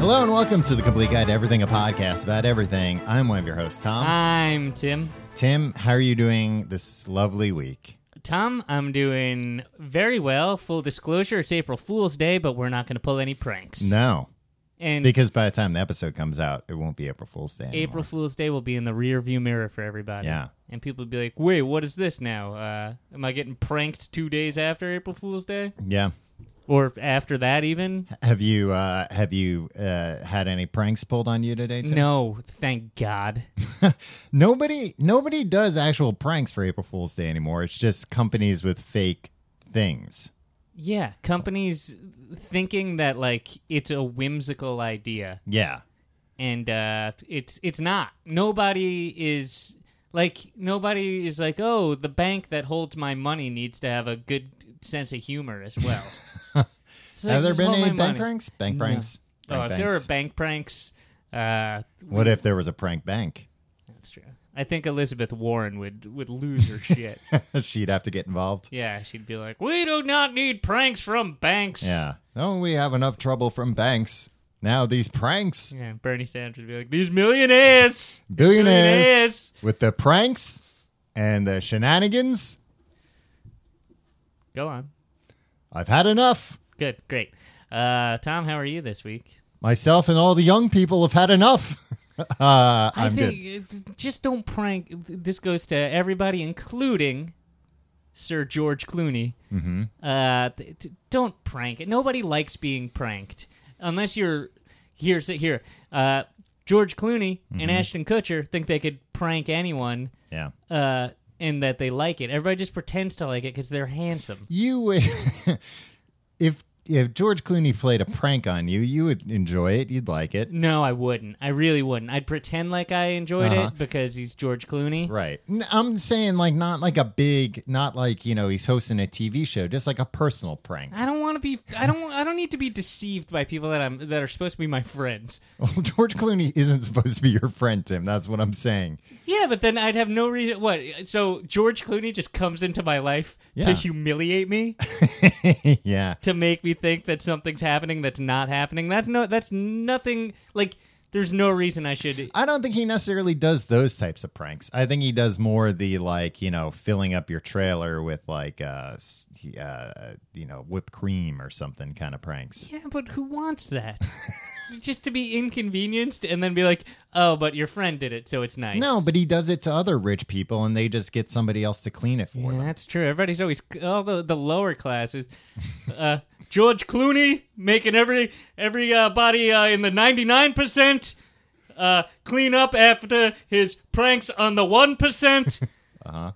Hello and welcome to the Complete Guide to Everything, a podcast about everything. I'm one of your hosts, Tom. I'm Tim. Tim, how are you doing this lovely week? Tom, I'm doing very well. Full disclosure, it's April Fool's Day, but we're not going to pull any pranks. No, and because by the time the episode comes out, it won't be April Fool's Day. Anymore. April Fool's Day will be in the rearview mirror for everybody. Yeah. And people will be like, wait, what is this now? Uh, am I getting pranked two days after April Fool's Day? Yeah. Or after that, even? Have you uh, have you uh, had any pranks pulled on you today? Tim? No, thank God. Nobody nobody does actual pranks for April Fool's Day anymore. It's just companies with fake things. Yeah, companies thinking that, like, it's a whimsical idea. Yeah. and uh, it's it's not. Nobody is like nobody is like, oh, the bank that holds my money needs to have a good sense of humor as well. It's like, have there just been hold any my bank money. pranks? Bank pranks. Oh, Bank if there were banks. bank pranks, uh, what if there was a prank bank? that's true. I think Elizabeth Warren would would lose her shit. She'd have to get involved. yeah, she'd be like, we do not need pranks from banks. Yeah. Oh, we have enough trouble from banks. Now these pranks, Yeah, Bernie Sanders would be like, these millionaires, billionaires, millionaires. with the pranks and the shenanigans, Go on. I've had enough. Good, great. Uh, Tom, how are you this week? Myself and all the young people have had enough. uh, I I'm good. think uh, just don't prank. This goes to everybody, including Sir George Clooney. Mm-hmm. Uh, th- th- don't prank it. Nobody likes being pranked unless you're here. Sit here. Uh, George Clooney Mm-hmm. and Ashton Kutcher think they could prank anyone, Yeah. uh, and that they like it. Everybody just pretends to like it because they're handsome. You would, if if George Clooney played a prank on you, you would enjoy it. You'd like it, No, I wouldn't. I really wouldn't. I'd pretend like I enjoyed Uh-huh. it because he's George Clooney. right? N- I'm saying like not like a big, not like you know he's hosting a TV show, just like a personal prank. I don't want to be. I don't. I don't need to be deceived by people that I'm that are supposed to be my friends. Well, Oh, George Clooney isn't supposed to be your friend, Tim. That's what I'm saying. Yeah, but then I'd have no reason. What? So George Clooney just comes into my life Yeah. to humiliate me, yeah. to make me think that something's happening that's not happening. That's no. That's nothing. Like there's no reason I should. I don't think he necessarily does those types of pranks. I think he does more the like, you know, filling up your trailer with like, uh, s- he- uh you know, whipped cream or something kind of pranks. Yeah, but who wants that? just to be inconvenienced and then be like, oh, but your friend did it, so it's nice. No, but he does it to other rich people, and they just get somebody else to clean it for Yeah, them. that's true. Everybody's always all the, the lower classes. Uh, George Clooney making every every uh, body uh, in the ninety nine percent uh, clean up after his pranks on the one percent. uh huh. Uh-huh.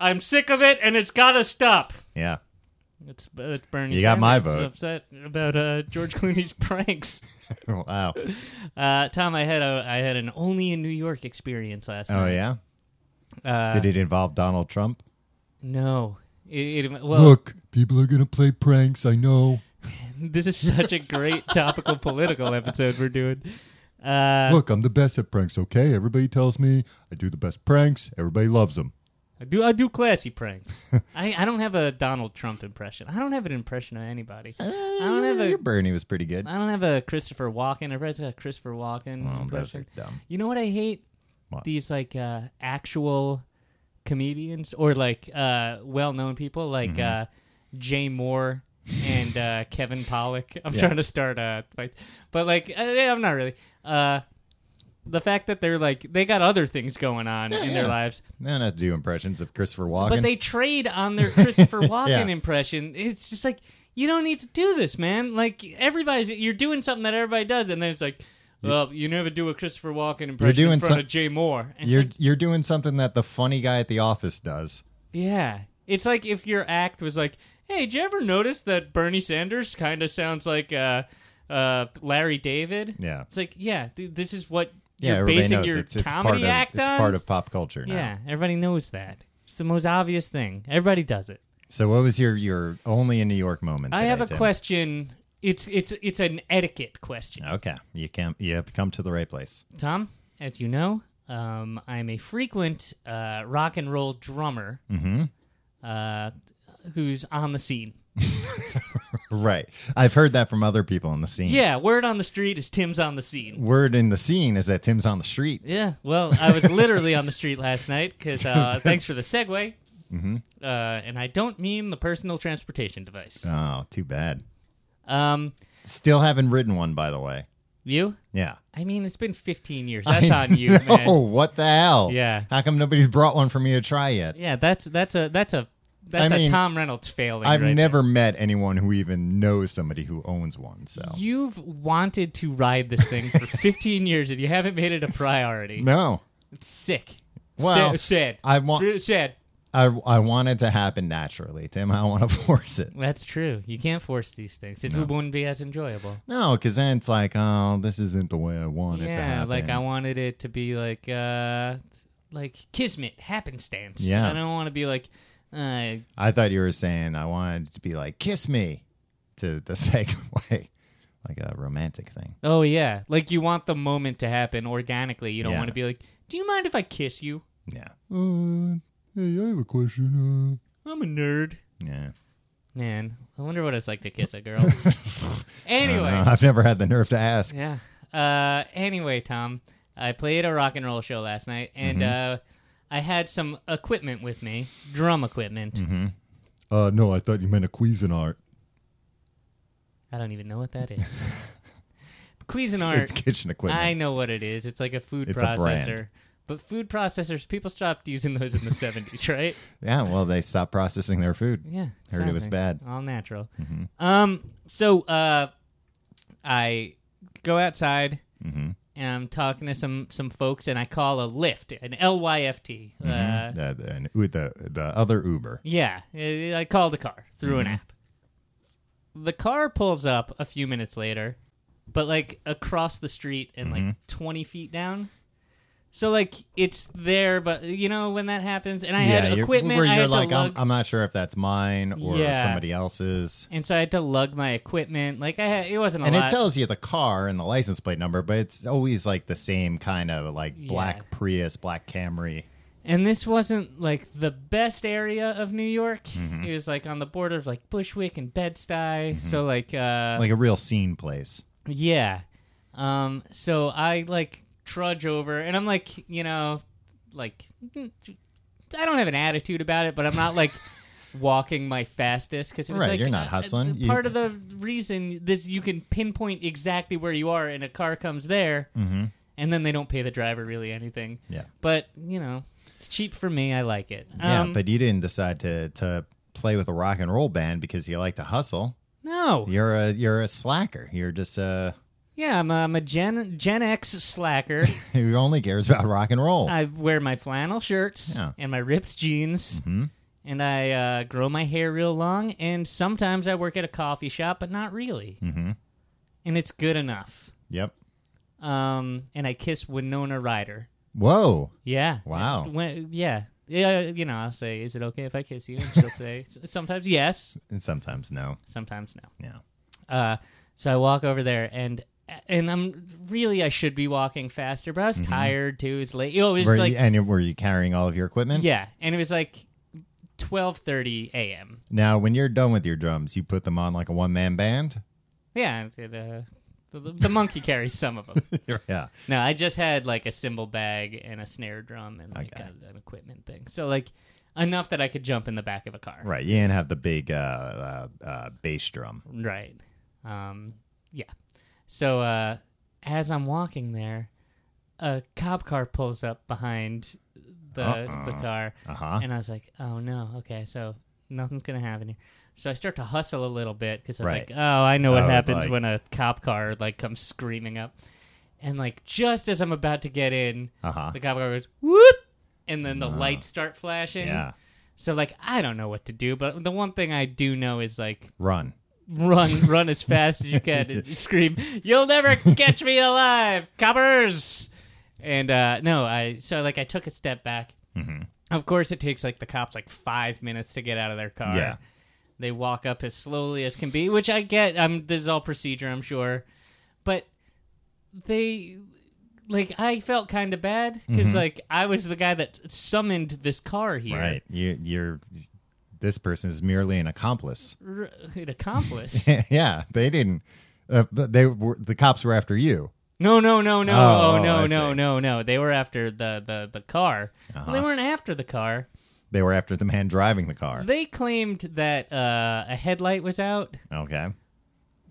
I'm sick of it, and it's gotta stop. Yeah, It's, it's Bernie. You got my Sanders vote. Upset about uh, George Clooney's pranks. wow. Oh, Uh, Tom, I had a I had an only in New York experience last Oh night. yeah. Uh, Did it involve Donald Trump? No, it, it well. Look, people are gonna play pranks. I know. This is such a great topical political episode we're doing. Uh, Look, I'm the best at pranks. Okay, everybody tells me I do the best pranks. Everybody loves them. I do I do classy pranks. I, I don't have a Donald Trump impression. I don't have an impression of anybody. I don't have a Eh, Your Bernie was pretty good. I don't have a Christopher Walken. Everybody's got a Christopher Walken Oh, those impression. are dumb. You know what I hate? What? These like uh, actual comedians or like uh, well-known people like Mm-hmm. uh, Jay Moore and uh, Kevin Pollock. I'm Yeah. trying to start a fight, but like I, I'm not really. Uh, the fact that they're like they got other things going on in yeah. their lives, I don't have to do impressions of Christopher Walken. but they trade on their Christopher Walken Yeah. impression. It's just like you don't need to do this, man. Like everybody's you're doing something that everybody does, and then it's like, well, you never do a Christopher Walken impression doing in front some- of Jay Moore. And it's you're like, you're doing something that the funny guy at the office does. yeah, it's like if your act was like, hey, did you ever notice that Bernie Sanders kind of sounds like uh, uh, Larry David? Yeah. It's like, yeah, th- this is what Yeah, you're everybody basing knows your it's, it's part comedy of act it's on. part of pop culture now. yeah, everybody knows that. It's the most obvious thing. Everybody does it. So what was your your only in New York moment? I today, have a Tim? question. It's it's it's an etiquette question. Okay, you can you have come to the right place. Tom, as you know, um, I'm a frequent uh, rock and roll Mm-hmm. drummer uh, who's on the scene. Right. I've heard that from other people on the scene. Yeah, word on the street is Tim's on the scene. Word in the scene is that Tim's on the street. Yeah, well, I was literally on the street last night because uh, thanks for the segue. Mm-hmm. Uh, and I don't mean the personal transportation device. Oh, too bad. Um, Still haven't written one, by the way. you? Yeah. I mean, it's been 15 years. That's on you, Oh, man. what the hell? Yeah. How come nobody's brought one for me to try yet? Yeah, that's that's a that's a that's I a mean, Tom Reynolds failing. I've right never met anyone who even knows somebody who owns one. So there. You've wanted to ride this thing for 15 years and you haven't made it a priority. no, It's sick. Well, sad. sad. I want- Sad- sad. I I want it to happen naturally, Tim. I don't want to force it. That's true. You can't force these things. It's, It wouldn't be as enjoyable. No, because then it's like, oh, this isn't the way I want it to Yeah, happen. like I wanted it to be like uh like kismet, happenstance. Yeah. I don't want to be like uh I thought you were saying I wanted it to be like kiss me to the segue, like a romantic thing. oh yeah, like you want the moment to happen organically. You don't Yeah. want to be like, "Do you mind if I kiss you?" Yeah. Uh, hey, I have a question. I'm a nerd. Uh, yeah. Man, I wonder what it's like to kiss a girl. anyway, I don't know. I've never had the nerve to ask. yeah. Uh, anyway, Tom, I played a rock and roll show last night, and Mm-hmm. uh, I had some equipment with me, drum equipment. Uh, no, I thought you meant a Cuisinart. I don't even know what that is. Cuisinart. It's kitchen equipment. I know what it is. It's like a food It's a brand. processor. But food processors, people stopped using those in the 70s, right? Yeah, well, they stopped processing their food. Yeah. Heard it was exactly. bad. Mm-hmm. All natural. Um. So uh, I go outside Mm-hmm. and I'm talking to some some folks, and I call a Lyft, an LYFT. Uh, The, the, and with the the other Uber. Yeah, I I called the car through Mm-hmm. an app. The car pulls up a few minutes later, but like across the street and like Mm-hmm. 20 feet down. So like it's there, but you know when that happens, and I had you're- equipment. Where I you're had like, to lug, I'm, I'm not sure if that's mine or Yeah. somebody else's. and so I had to lug my equipment. Like I, had, it wasn't a And it lot. tells you the car and the license plate number, but it's always like the same kind of like black Yeah. Prius, black Camry. and this wasn't like the best area of New York. Mm-hmm. It was like on the border of like Bushwick and Bed Stuy. So like, uh, Like a real scene place. Yeah. Um, so I like trudge over and I'm like, you know, like I don't have an attitude about it, but I'm not like walking my fastest because it was Right, like you're not uh, hustling. You- part of the reason this you can pinpoint exactly where you are and a car comes there Mm-hmm. and then they don't pay the driver really anything. Yeah. But, you know, it's cheap for me, I like it. Um, yeah, but you didn't decide to to play with a rock and roll band because you like to hustle. no. You're a you're a slacker. You're just uh, a Yeah, I'm a, I'm a Gen Gen X slacker. who only cares about rock and roll. I wear my flannel shirts Yeah. Mm-hmm. and my ripped jeans, and I uh, grow my hair real long. And sometimes I work at a coffee shop, but not really. Mm-hmm. And it's good enough. yep. Um, and I kiss Winona Ryder. Whoa. Yeah. Wow. When, yeah. Yeah. You know, I'll say, "Is it okay if I kiss you?" And she'll say, s- "Sometimes yes, And sometimes no. sometimes no." Yeah. Uh, so I walk over there and. And I'm really I should be walking faster, but I was tired too. It's late. Oh, it was Mm-hmm. Were like you, and you- were you carrying all of your equipment? Yeah, and it was like 12:30 a.m. Now, when you're done with your drums, you put them on like a one man band. Yeah, it, uh, the, the monkey carries some of them. yeah. No, I just had like a cymbal bag and a snare drum and like Okay. a- an equipment thing. So like enough that I could jump in the back of a car. Right. You didn't have the big uh, uh, uh, bass drum. Right. Um, yeah. So uh, as I'm walking there, a cop car pulls up behind the the Uh-uh. car, Uh huh. and I was like, "Oh no, okay, so nothing's gonna happen here." So I start to hustle a little bit because I was Right. like, "Oh, I know what Oh, happens like- when a cop car like comes screaming up," and like just as I'm about to get in, Uh huh. the cop car goes whoop, and then the lights start flashing. Uh-huh. Yeah. So like I don't know what to do, but the one thing I do know is like Run. run, run as fast as you can, and you scream, "You'll never catch me alive, coppers!" And uh, no, I so like I took a step back. Of course, it takes like the cops like five minutes to get out of their car. Yeah. they walk up as slowly as can be, which I get. I'm this is all procedure, I'm sure, but they like I felt kind of bad because like I was the guy that summoned this car here. Right. You you're This person is merely an accomplice. R- an accomplice. yeah, they didn't. Uh, but they were the cops were after you. No, no, no, no, Oh, oh, oh, I no, see. Uh-huh. no, no, no. They were after the the the car. Well, they weren't after the car. They were after the man driving the car. They claimed that uh, a headlight was out, Okay.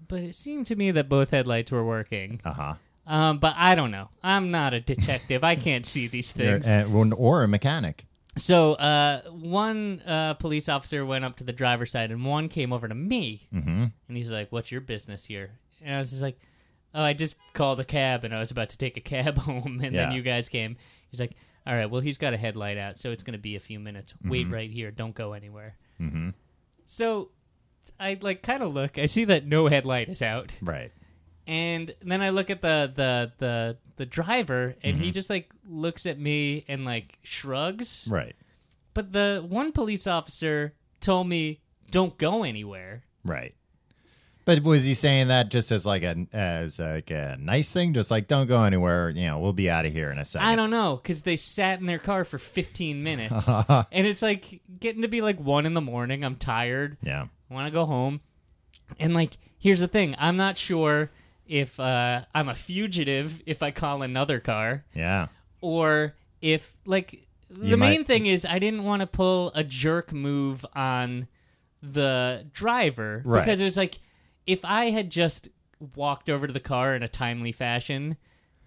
but it seemed to me that both headlights were working. Uh huh. Um, but I don't know. I'm not a detective. I can't see these things. Or a mechanic. So uh, one uh, police officer went up to the driver's side, and one came over to me, mm-hmm. and he's like, "What's your business here?" And I was just like, "Oh, I just called a cab, and I was about to take a cab home, and Yeah. then you guys came." He's like, "All right, well, he's got a headlight out, so it's going to be a few minutes. Wait Mm-hmm. right here. Don't go anywhere." Mm-hmm. So I like kind of look. I see that no headlight is out Right. and then I look at the the the, the driver, and Mm-hmm. he just like looks at me and like shrugs. Right. But the one police officer told me, "Don't go anywhere." Right. But was he saying that just as like a as like a nice thing? Just like don't go anywhere. You know, we'll be out of here in a second. I don't know because they sat in their car for 15 minutes, and it's like getting to be like one in the morning. I'm tired. Yeah. I want to go home. And like, here's the thing: I'm not sure if uh, I'm a fugitive if I call another car. Yeah. or if like the You might- main thing is I didn't want to pull a jerk move on the driver Right. because it was like if I had just walked over to the car in a timely fashion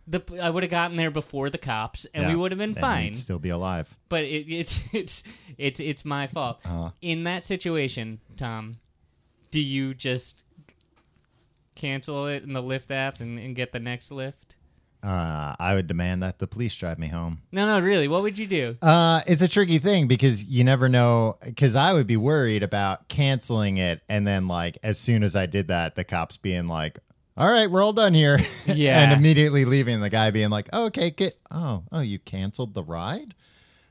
the I would have gotten there before the cops and we Yeah. would have been And fine he'd still be alive. but it, it's it's it's it's my fault Uh-huh. in that situation Tom do you just cancel it in the Lyft app and, and get the next Lyft Uh, I would demand that the police drive me home. no no really what would you do Uh, it's a tricky thing because you never know. Because I would be worried about canceling it, and then like as soon as I did that, the cops being like, "All right, we're all done here," Yeah. and immediately leaving. The guy being like, "Okay, get oh oh, you canceled the ride?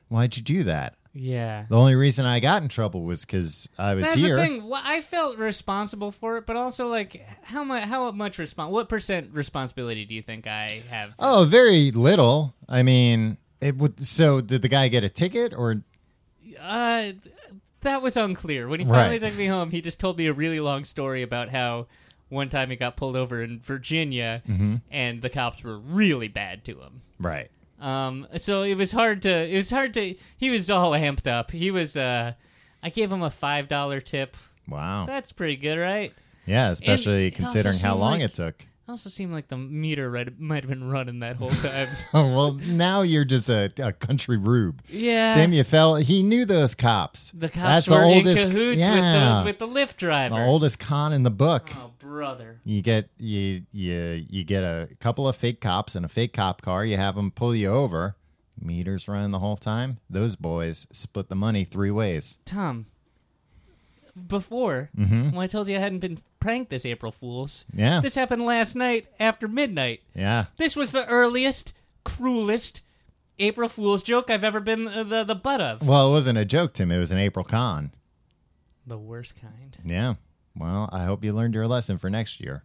Why'd you do that?" yeah The only reason I got in trouble was because I was That's here. the thing. Well, I felt responsible for it, but also like how much how much respon what percent responsibility do you think I have? Oh, very little. I mean, it would. So did the guy get a ticket or? Uh, that was unclear. When he finally Right. took me home, he just told me a really long story about how one time he got pulled over in Virginia Mm-hmm. and the cops were really bad to him. Right. Um, so it was hard to it was hard to he was all amped up. He was uh, I gave him a five dollar tip. Wow. That's pretty good, right? yeah, especially it also considering how seemed long like- it took. Also seemed like the meter right, might have been running that whole time. Oh, well, now you're just a, a country rube. Yeah. Damn, you fell. He knew those cops. Uh, The cops That's were the oldest, in cahoots yeah, with, the, with the Lyft driver. the oldest con in the book. oh, brother. You get you you you get a couple of fake cops in a fake cop car. You have them pull you over. Meters running the whole time. Those boys split the money three ways. Tom, before, when I told you I hadn't been pranked this April Fool's, Mm-hmm. Yeah, this happened last night after midnight. yeah. This was the earliest, cruelest April Fool's joke I've ever been the, the, the butt of. Well, it wasn't a joke, Tim. It was an April con. The worst kind. Yeah. Well, I hope you learned your lesson for next year.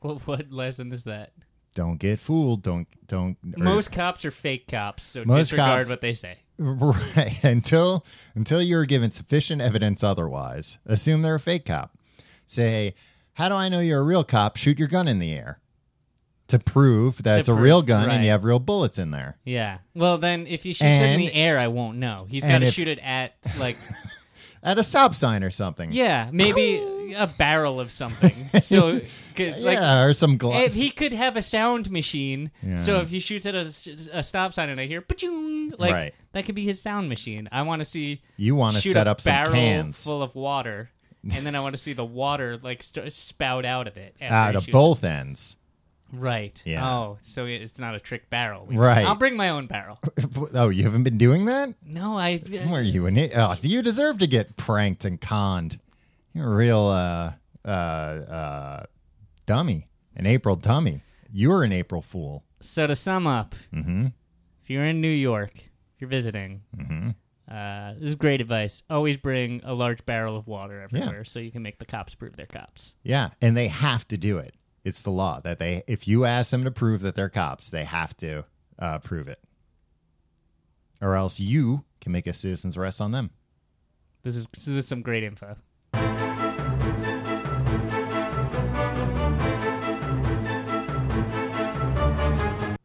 What, what lesson is that? Don't get fooled. Don't don't. er, or- Most cops are fake cops, so Most disregard cops- what they say. Right. Until until you're given sufficient evidence otherwise, assume they're a fake cop. Say, how do I know you're a real cop? Shoot your gun in the air to prove that To it's a prove- real gun and right. you have real bullets in there. Yeah. Well, then if he shoots it in And- the air, I won't know. He's got and to if- shoot it at like At a stop sign or something. Yeah, maybe a barrel of something. So, cause, like, yeah, or some if glass. he could have a sound machine. So Yeah. if he shoots at a, s- a stop sign and I hear pachoon, like Right. that could be his sound machine. I want to see you want to shoot set a up some barrel cans full of water, and then I want to see the water like st- spout out of it. after out he of shoots. both ends. Right. Ah, Yeah. Oh, so it- it's not a trick barrel. We- Right. I'll bring my own barrel. oh, you haven't been doing that? No, I. Were you an it? Oh, you deserve to get pranked and conned. You're a real uh, uh, uh, dummy, an April dummy. You're an April fool. So to sum up, Mm-hmm. if you're in New York, if you're visiting, uh, this is great advice. Always bring a large barrel of water everywhere so you can make the cops prove they're cops. Yeah, and they have to do it. It's the law that they, if you ask them to prove that they're cops, they have to uh, prove it, or else you can make a citizen's arrest on them. This is this is some great info.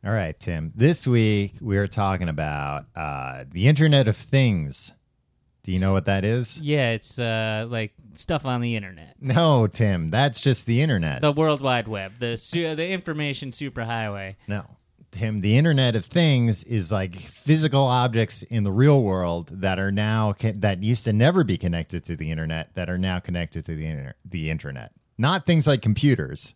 All right, Tim. This week we are talking about uh, the Internet of Things. Do you know what that is? Yeah, it's uh, like stuff on the internet, No, Tim. That's just the internet. the World Wide Web, the su- the information superhighway. No. Tim, the Internet of Things is like physical objects in the real world that are now that used to never be connected to the internet that are now connected to the inter- the internet. Not things like computers,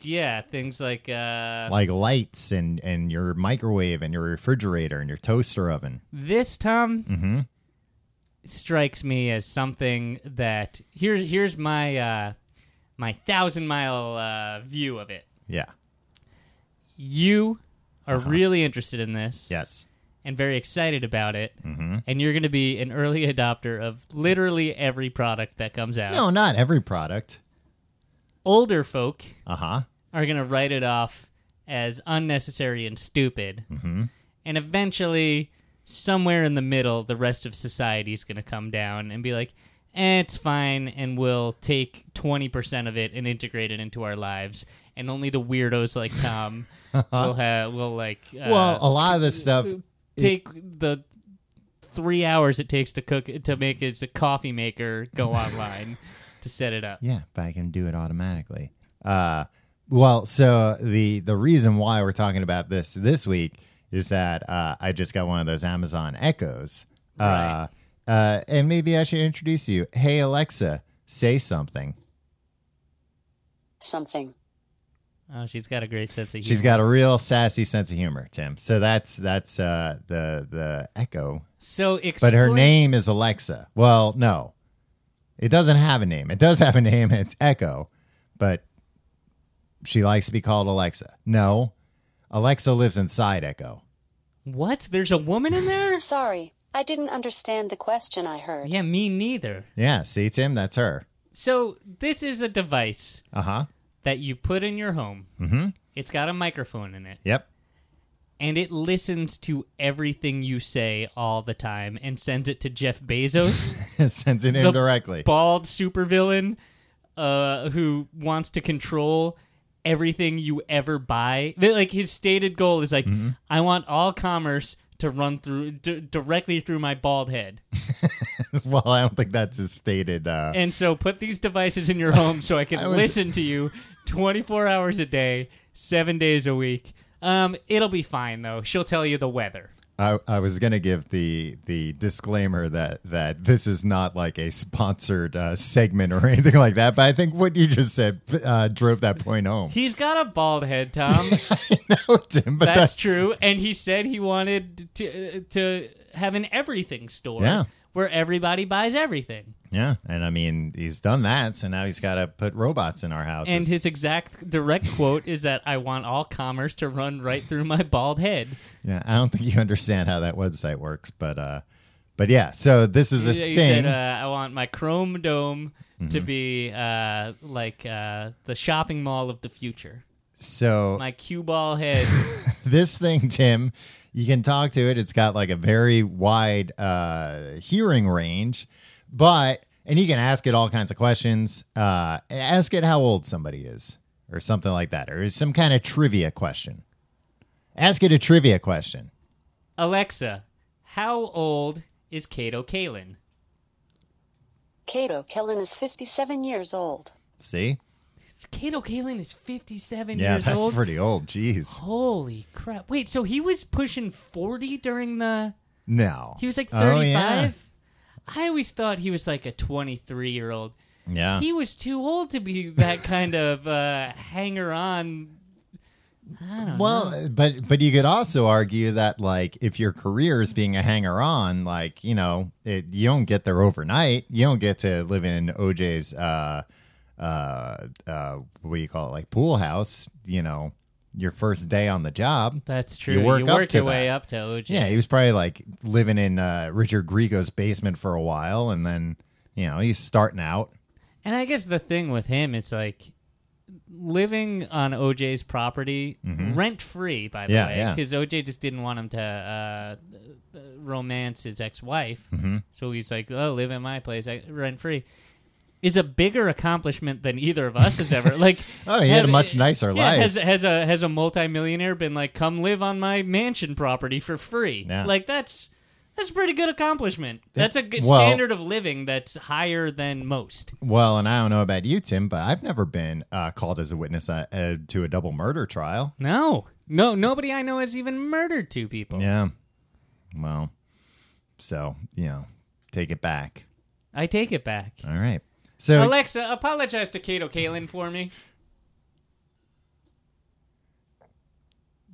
Yeah, things like uh, like lights and and your microwave and your refrigerator and your toaster oven. this, Tom. hmm strikes me as something that here's here's my uh, my thousand mile uh, view of it. Yeah. You are Uh-huh. really interested in this, Yes. and very excited about it, Mhm. and you're going to be an early adopter of literally every product that comes out. No, not every product. Older folk Uh huh. are going to write it off as unnecessary and stupid, Mhm. and eventually, somewhere in the middle, the rest of society is going to come down and be like, eh, "It's fine," and we'll take twenty percent of it and integrate it into our lives, and only the weirdos like Tom will have will like uh, well, a lot of this stuff. take the. Three hours it takes to cook to make is the coffee maker go online to set it up. Yeah, but I can do it automatically. Uh, well, so the the reason why we're talking about this this week is that uh, I just got one of those Amazon Echoes, Right. uh, uh, and maybe I should introduce you. Hey Alexa, say something. something. Oh, she's got a great sense of humor. She's got a real sassy sense of humor, Tim. So that's that's uh, the the Echo, so but explain- her name is Alexa. Well, no, it doesn't have a name. It does have a name. It's Echo, but she likes to be called Alexa. No, Alexa lives inside Echo. What? There's a woman in there? Sorry, I didn't understand the question I heard. yeah, me neither. Yeah, see, Tim, that's her. So this is a device Uh huh. that you put in your home. Mm-hmm. It's got a microphone in it, Yep. and it listens to everything you say all the time and sends it to Jeff Bezos, Sends it The in directly. bald supervillain uh, who wants to control everything you ever buy. Th- Like his stated goal is like, Mm-hmm. I want all commerce to run through d- directly through my bald head. well, I don't think that's a stated. Uh, And so put these devices in your home so I can I was- listen to you 24 hours a day, seven days a week. Um, it'll be fine though. She'll tell you the weather. I, I was gonna give the the disclaimer that that this is not like a sponsored uh, segment or anything like that, but I think what you just said uh, drove that point home. He's got a bald head, Tom. I know, Tim, but That's that's true. And he said he wanted to to have an everything store Yeah. where everybody buys everything. yeah. And I mean, he's done that, so now he's got to put robots in our houses. And his exact direct quote is that I want all commerce to run right through my bald head. yeah, I don't think you understand how that website works, but uh, but yeah. So this is a Yeah, you thing. Mm-hmm. said uh, I want my Chrome Dome to be uh, like uh, the shopping mall of the future. so My cue ball head. this thing, Tim, you can talk to it. It's got like a very wide uh, hearing range, but and you can ask it all kinds of questions. Uh, ask it how old somebody is, or something like that, or some kind of trivia question. Ask it a trivia question. Alexa, how old is Kato Kalin? Cato Kellen is 57 years old. See, Kato Kalin is 57 yeah, years that's old. pretty old. Jeez, Holy crap. Wait, so he was pushing 40 during the. no, He was like 35? Oh, yeah. I always thought he was like a 23 year old. yeah. He was too old to be that kind of uh, hanger on. I don't know. Well, but but you could also argue that like if your career is being a hanger on, like you know, it, you don't get there overnight. You don't get to live in OJ's uh, uh, uh, what do you call it, like pool house. You know, your first day on the job. That's true. You work up to your way that. up to OJ. Yeah, he was probably like living in uh, Richard Grieco's basement for a while, and then you know he's starting out. And I guess the thing with him, it's like living on OJ's property rent free, by Mm-hmm. the Yeah, way, yeah. because OJ just didn't want him to uh, uh, romance his ex wife. Mm-hmm. So he's like, oh, live in my place rent free. Is a bigger accomplishment than either of us has ever. Like, Oh, he had a much nicer yeah, life. Has, has a has a multimillionaire been like, come live on my mansion property for free? Yeah. Like that's that's a pretty good accomplishment. That's a good well- standard of living that's higher than most. Well, and I don't know about you, Tim, but I've never been uh, called as a witness uh, uh, to a double murder trial. No, no, nobody I know has even murdered two people. Yeah. Well, so, you know, take it back. I take it back. All right. So, Alexa, apologize to Kato Kalin for me.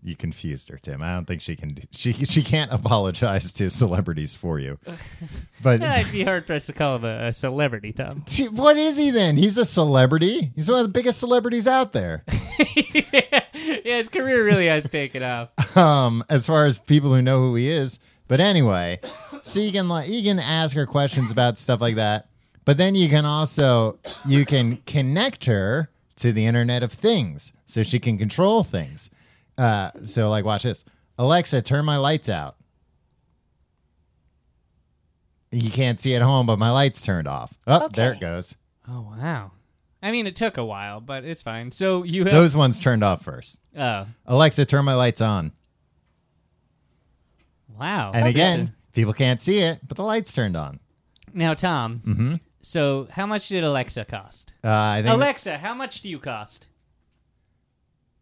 You confused her, Tim. I don't think she can. Do, she she can't apologize to celebrities for you. But I'd be hard pressed to call him a, a celebrity, Tom. T- what is he then? He's a celebrity. He's one of the biggest celebrities out there. yeah, his career really has taken off. Um, as far as people who know who he is. But anyway, so you can like you can ask her questions about stuff like that. But then you can also you can connect her to the Internet of Things, so she can control things. Uh, so like, watch this, Alexa, turn my lights out. You can't see at home, but my lights turned off. Oh, there Okay. it goes. Oh wow. I mean, it took a while, but it's fine. So you have. Those ones turned off first. oh Alexa, turn my lights on. wow. And again, people can't see it, but the lights turned on. Now, Tom. Mm-hmm. So, how much did Alexa cost? Uh, I think Alexa, how much do you cost?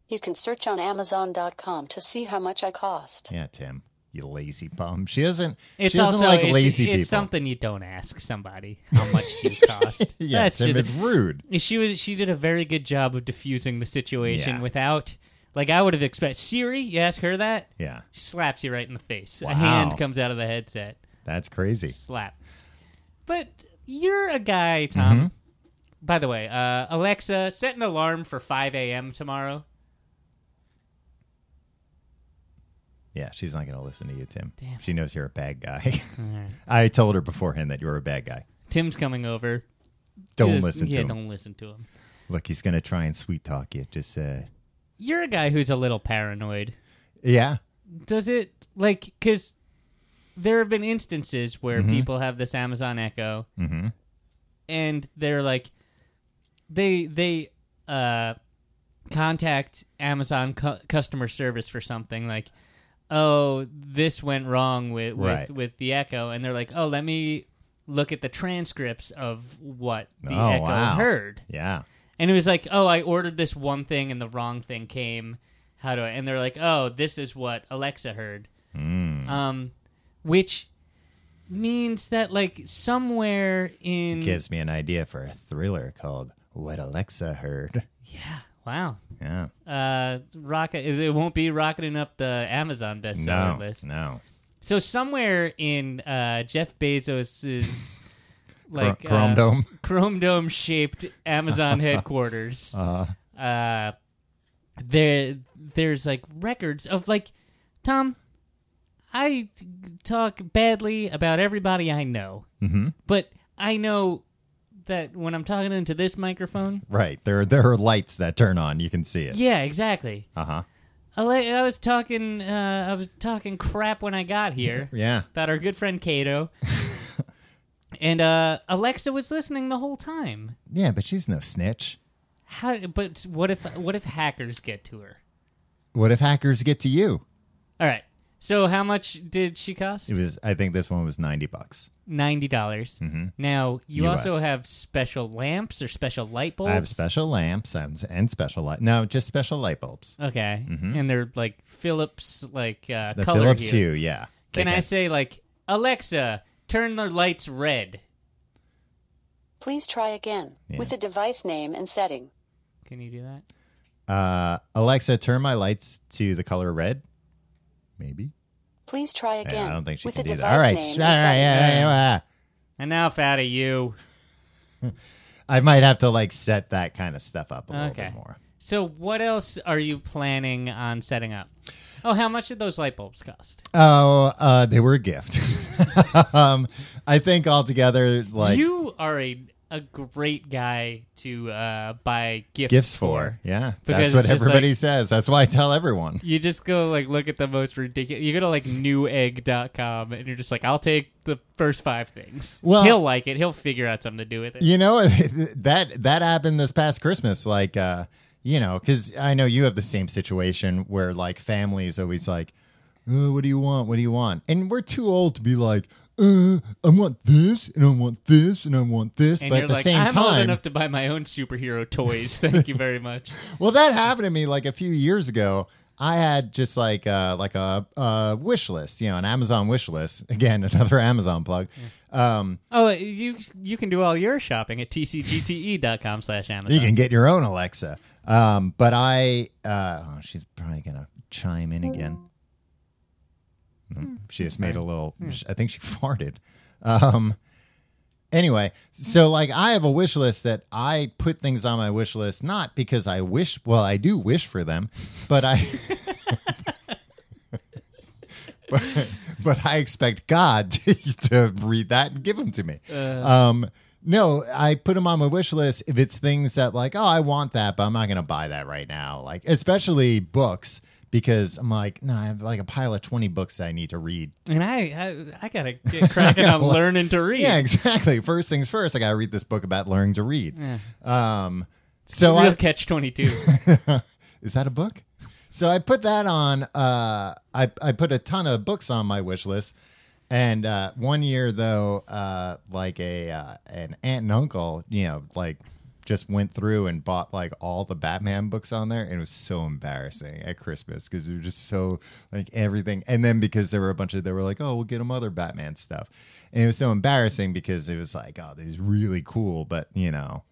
You can search on Amazon.com to see how much I cost. Yeah, Tim, you lazy bum. She doesn't. It's she doesn't also like it's, lazy it's people. something you don't ask somebody how much do you cost. yeah, That's Tim, just- it's rude. she was she did a very good job of diffusing the situation Yeah. without like I would have expected Siri. You ask her that, Yeah, she slaps you right in the face. Wow. A hand comes out of the headset. that's crazy. slap. But you're a guy, Tom. Mm-hmm. By the way, uh, Alexa, set an alarm for 5 a.m. tomorrow. Yeah, she's not gonna listen to you, Tim. Damn. She knows you're a bad guy. I told her beforehand that you were a bad guy. Tim's coming over. Don't Just- listen yeah, to him. don't listen to him. Look, he's gonna try and sweet talk you. Just uh, You're a guy who's a little paranoid. yeah, Does it like because there have been instances where Mm-hmm. people have this Amazon Echo, Mhm. and they're like, they they uh contact Amazon cu- customer service for something like, oh, this went wrong with with, Right. with the Echo, and they're like, oh, let me look at the transcripts of what the Oh, Echo wow. heard. yeah. And it was like, oh, I ordered this one thing and the wrong thing came. How do I? And they're like, oh, this is what Alexa heard. Um, which means that like somewhere in Gives me an idea for a thriller called "What Alexa Heard." yeah, wow, Yeah, uh, rocket. It won't be rocketing up the Amazon bestseller no, list. no, So somewhere in uh, Jeff Bezos's Chr- like Chrome uh, Dome. chrome dome shaped Amazon headquarters. Uh, uh there there's like records of like Tom I talk badly about everybody I know. Mm-hmm. But I know that when I'm talking into this microphone, right there, there are lights that turn on. You can see it. yeah, exactly. Uh huh. I, la- I was talking uh, I was talking crap when I got here Yeah. about our good friend Kato. and uh, Alexa was listening the whole time. Yeah, but she's no snitch. How but what if what if hackers get to her? What if hackers get to you? All right. So how much did she cost? It was. I think this one was ninety bucks. Ninety dollars. Mm-hmm. Now you US. also have special lamps or special light bulbs. I have special lamps I have- and special light. No, just special light bulbs. Okay, and they're like Philips, like uh, Mm-hmm. The color Philips hue. Hue. Yeah. They Can I say like Alexa, turn the lights red? Please try again Yeah. with the device name and setting. Can you do that? Uh, Alexa, turn my lights to the color red. Maybe. Please try Yeah, again I don't think she with can the do device that. All right. sh- name and all right. setting. Yeah, yeah, yeah. Enough out of you. I might have to like set that kind of stuff up a little Okay. bit more. So what else are you planning on setting up? Oh, how much did those light bulbs cost? Oh, uh, they were a gift. um, I think altogether, like you are a a great guy to uh, buy gifts, Gifts for. Yeah. Because That's what it's just everybody like- says. That's why I tell everyone. You just go like look at the most ridiculous. You go to like newegg.com and you're just like, I'll take the first five things. Well- he'll like it. He'll figure out something to do with it. You know, that that happened this past Christmas. Like, uh, you know, because I know you have the same situation where like family is always like, uh, what do you want? What do you want? And we're too old to be like, uh, I want this and I want this and I want this. and but you're at the like, same I'm old time, enough to buy my own superhero toys. Thank you very much. Well, that happened to me like a few years ago. I had just like uh, like a, a wish list, you know, an Amazon wish list. Again, another Amazon plug. Um, Oh, you you can do all your shopping at tcgte.com E slash Amazon. you can get your own Alexa. Um, but I, uh, oh, she's probably gonna chime in again. Mm, She just made a little. I think she farted. Um, anyway, so like I have a wish list that I put things on my wish list not because I wish. Well, I do wish for them, but I. but, but I expect God to, to read that and give them to me. um, no, I put them on my wish list if it's things that like, oh, I want that, but I'm not going to buy that right now. Like, especially books because I'm like, no, I have like a pile of 20 books that I need to read. And I, I, I gotta get cracking on learning to read. Yeah, exactly. First things first, I got to read this book about learning to read. Um, so Real I, catch twenty two. is that a book? So I put that on. Uh, I I put a ton of books on my wish list, and uh, one year though, uh, like a uh, an aunt and uncle, you know, like just went through and bought like all the Batman books on there, and it was so embarrassing at Christmas because they were just so like everything. And then because there were a bunch of they were like, oh, we'll get them other Batman stuff, and it was so embarrassing because it was like, oh, this is really cool, but you know,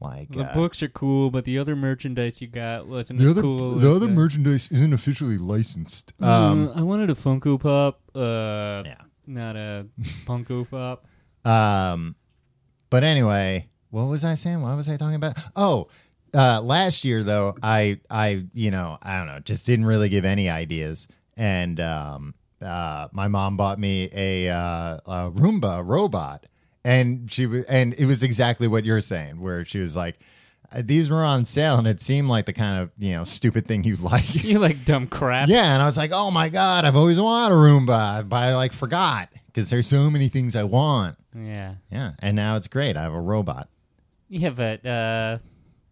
like the uh, books are cool, but the other merchandise you got wasn't the as other, cool. the as other merchandise isn't officially licensed. Um, Uh, I wanted a Funko Pop. Uh, Yeah. Not a Funko Pop. um, but anyway, what was I saying? What was I talking about? Oh, uh, last year though, I, I, you know, I don't know, just didn't really give any ideas, and um, uh, my mom bought me a, uh, a Roomba robot, and she was, and it was exactly what you're saying, where she was like. "Uh, These were on sale, and it seemed like the kind of you know stupid thing you like. You like dumb crap. Yeah, and I was like, oh my god, I've always wanted a Roomba, but I like forgot because there's so many things I want. Yeah. Yeah, and now it's great. I have a robot. Yeah, but uh,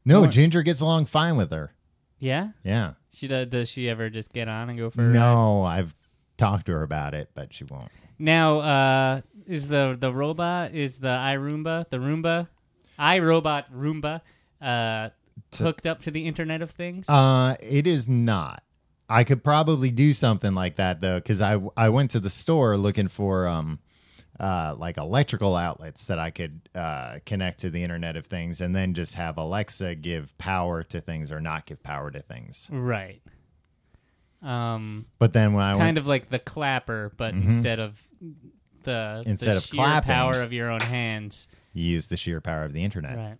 No, What? Ginger gets along fine with her. yeah. Yeah. She does. Does she ever just get on and go for a ride? No, I've talked to her about it, but she won't. Now, uh, is the the robot is the iRoomba the Roomba, iRobot Roomba, uh, hooked up to the Internet of Things? Uh, it is not. I could probably do something like that though, because I I went to the store looking for um, uh, like electrical outlets that I could uh connect to the Internet of Things, and then just have Alexa give power to things or not give power to things. right. Um, But then when I went kind of like the clapper, but instead of the Mm-hmm. Instead the of sheer clapping. power of your own hands. you use the sheer power of the internet. Right.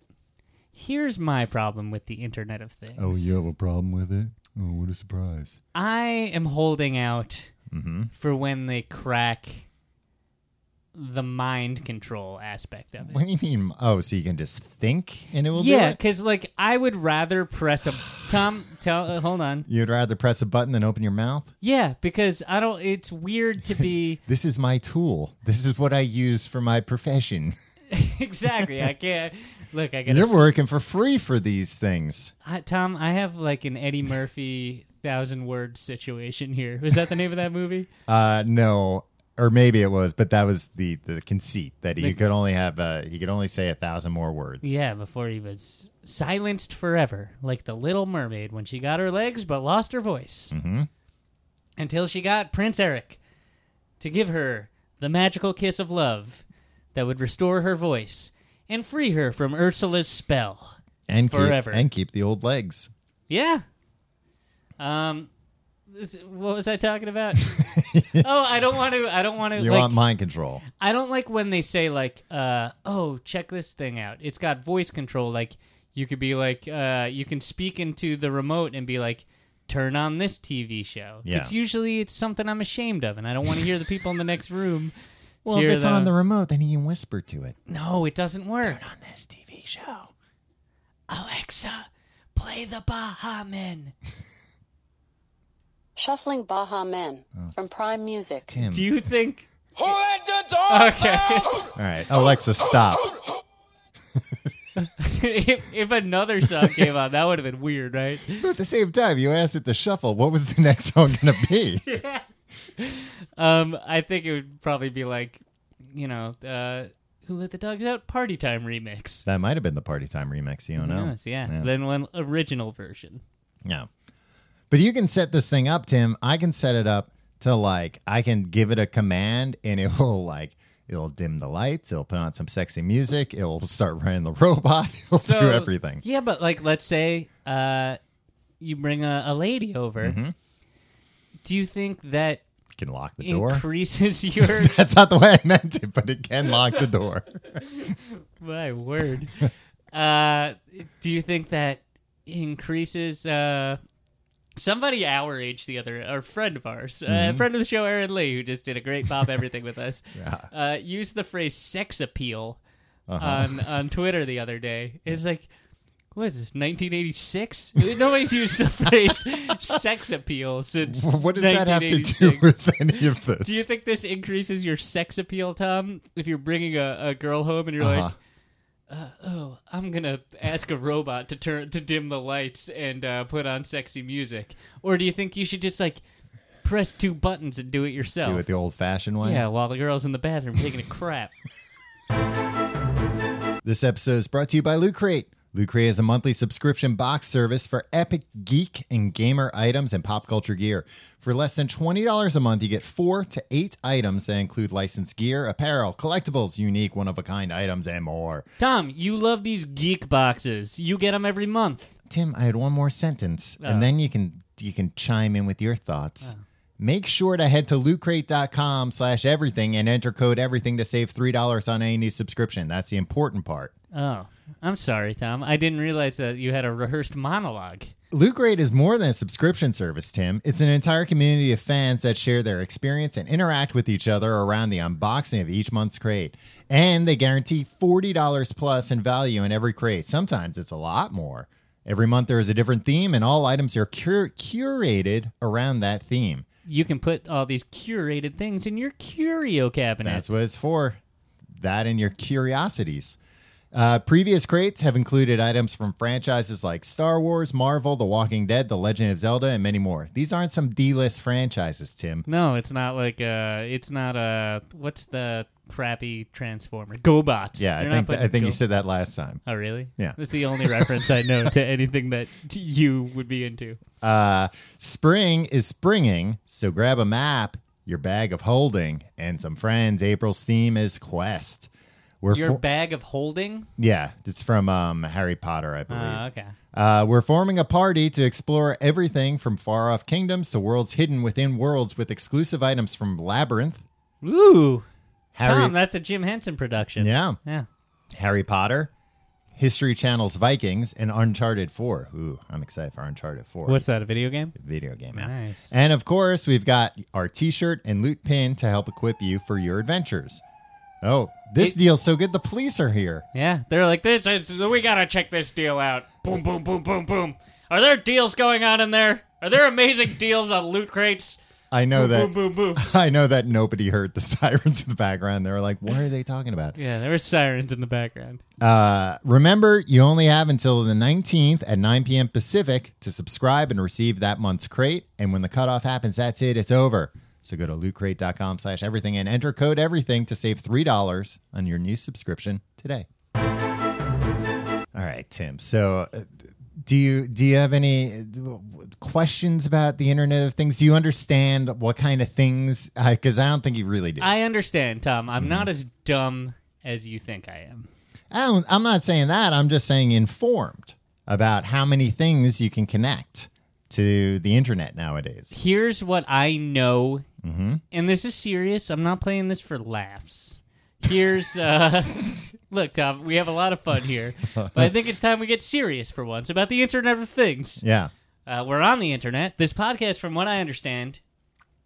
Here's my problem with the Internet of Things. oh, have a problem with it? Oh, what a surprise. I am holding out Mm-hmm. for when they crack the mind control aspect of it. What do you mean? Oh, so you can just think and it will yeah, do it? because like I would rather press a Tom. Tell uh, hold on. You'd rather press a button than open your mouth? Yeah, because I don't. It's weird to be This is my tool. This is what I use for my profession. exactly. I can't look. I got You're working for free for these things. I, Tom. I have like an Eddie Murphy thousand word situation here. Was that the name of that movie? Uh, no, or maybe it was, but that was the, the conceit that you could only have, uh, you could only say a thousand more words. Yeah, before he was silenced forever, like the Little Mermaid when she got her legs but lost her voice. Mhm. Until she got Prince Eric to give her the magical kiss of love that would restore her voice and free her from Ursula's spell. and forever. Keep, and keep the old legs. Yeah. Um, this- what was I talking about? oh, I don't want to. I don't want to. You like, want mind control. I don't like when they say like, uh, "Oh, check this thing out. It's got voice control. Like, you could be like, uh, you can speak into the remote and be like, turn on this TV show." Yeah. It's usually it's something I'm ashamed of, and I don't want to hear the people in the next room Well, if hear it's the- on the remote, then you can whisper to it. No, it doesn't work. On this TV show. Alexa, play the Baha Men. Shuffling Baha Men Oh. from Prime Music. Tim. Do you think? Who let the dog Okay. out? All right, Alexa, stop. if, if another song came out, that would have been weird, right? But at the same time, you asked it to shuffle. What was the next song going to be? Um, I think it would probably be like, you know, uh, who let the dogs out? Party time remix. that might have been the party time remix. You don't Who know. knows? yeah. Yeah. Then one original version. Yeah. But you can set this thing up, Tim. I can set it up to like I can give it a command and it will like it'll dim the lights, it'll put on some sexy music, it'll start running the robot, it'll So- do everything. Yeah, but like, let's say uh, you bring a, a lady over. Mm-hmm. Do you think that It can lock the door. increases your? That's not the way I meant it, but it can lock the door. My word. Uh, do you think that increases? Uh, somebody our age the other, or friend of ours, Mm-hmm. uh, friend of the show, Aaron Lee, who just did a great Bob Everything with us, uh, used the phrase "sex appeal" Uh-huh. on on Twitter the other day. It's like. What is this? 1986? Nobody's used the phrase "sex appeal" since. What does that have to do 1986. with any of this? Do you think this increases your sex appeal, Tom? If you're bringing a, a girl home and you're like, Uh-huh. oh, I'm gonna ask a robot to turn to dim the lights and uh, put on sexy music, or do you think you should just like press two buttons and do it yourself? do it the old fashioned way? yeah, while the girl's in the bathroom taking a crap. This episode is brought to you by Loot Crate. Loot Crate is a monthly subscription box service for epic geek and gamer items and pop culture gear. For less than $20 a month, you get four to eight items that include licensed gear, apparel, collectibles, unique, one of a kind items, and more. Tom, you love these geek boxes. You get them every month. Tim, I had one more sentence, Oh. and then you can you can chime in with your thoughts. Make sure to head to lootcrate.com slash everything and enter code everything to save $3 on any new subscription. That's the important part. Oh, I'm sorry, Tom. I didn't realize that you had a rehearsed monologue. Loot Crate is more than a subscription service, Tim. It's an entire community of fans that share their experience and interact with each other around the unboxing of each month's crate. And they guarantee $40 plus in value in every crate. Sometimes it's a lot more. Every month there is a different theme, and all items are cur- curated around that theme. You can put all these curated things in your curio cabinet. That's what it's for. That and your curiosities. Uh, previous crates have included items from franchises like Star Wars, Marvel, The Walking Dead, The Legend of Zelda, and many more. These aren't some D list franchises, Tim. No, it's not like uh it's not a what's the crappy transformer? GoBots. Yeah, They're I not think, putting I think you Go- said that last time. Oh really? Yeah. That's the only reference I know to anything that you would be into. Uh, spring is springing, so grab a map, your bag of holding, and some friends. April's theme is Quest. We're Your for- bag of holding? yeah, it's from um, Harry Potter, I believe. Ah, okay. Uh, we're forming a party to explore everything from far off kingdoms to worlds hidden within worlds with exclusive items from Labyrinth, Ooh. Harry, Tom, that's a Jim Henson production. yeah, Yeah. Harry Potter, History Channel's Vikings, and Uncharted 4. Ooh, I'm excited for Uncharted 4. What's that, a video game? video game app. Nice. And of course, we've got our t-shirt and loot pin to help equip you for your adventures. Oh, this It- deal's so good the police are here. Yeah. They're like, this is we gotta check this deal out. Boom, boom, boom, boom, boom. Are there deals going on in there? Are there amazing deals on loot crates? I know that Boom, boom, boom. I know that nobody heard the sirens in the background. They were like, "What are they talking about?" Yeah, there were sirens in the background. Uh, remember, you only have until the 19th at 9 p.m. Pacific to subscribe and receive that month's crate. And when the cutoff happens, that's it. It's over. So go to lootcrate.com slash everything and enter code everything to save $3 on your new subscription today. All right, Tim. So uh, do you do you have any uh, questions about the Internet of Things? Do you understand what kind of things? Because I don't think you really do. I understand, Tom. I'm not as dumb as you think I am. I don't, I'm not saying that. I'm just saying informed about how many things you can connect to the internet nowadays. Here's what I know, and this is serious. I'm not playing this for laughs. Here's uh, look, Tom. We have a lot of fun here, but I think it's time we get serious for once about the Internet of Things. Yeah. Uh, we're on the internet. This podcast, from what I understand,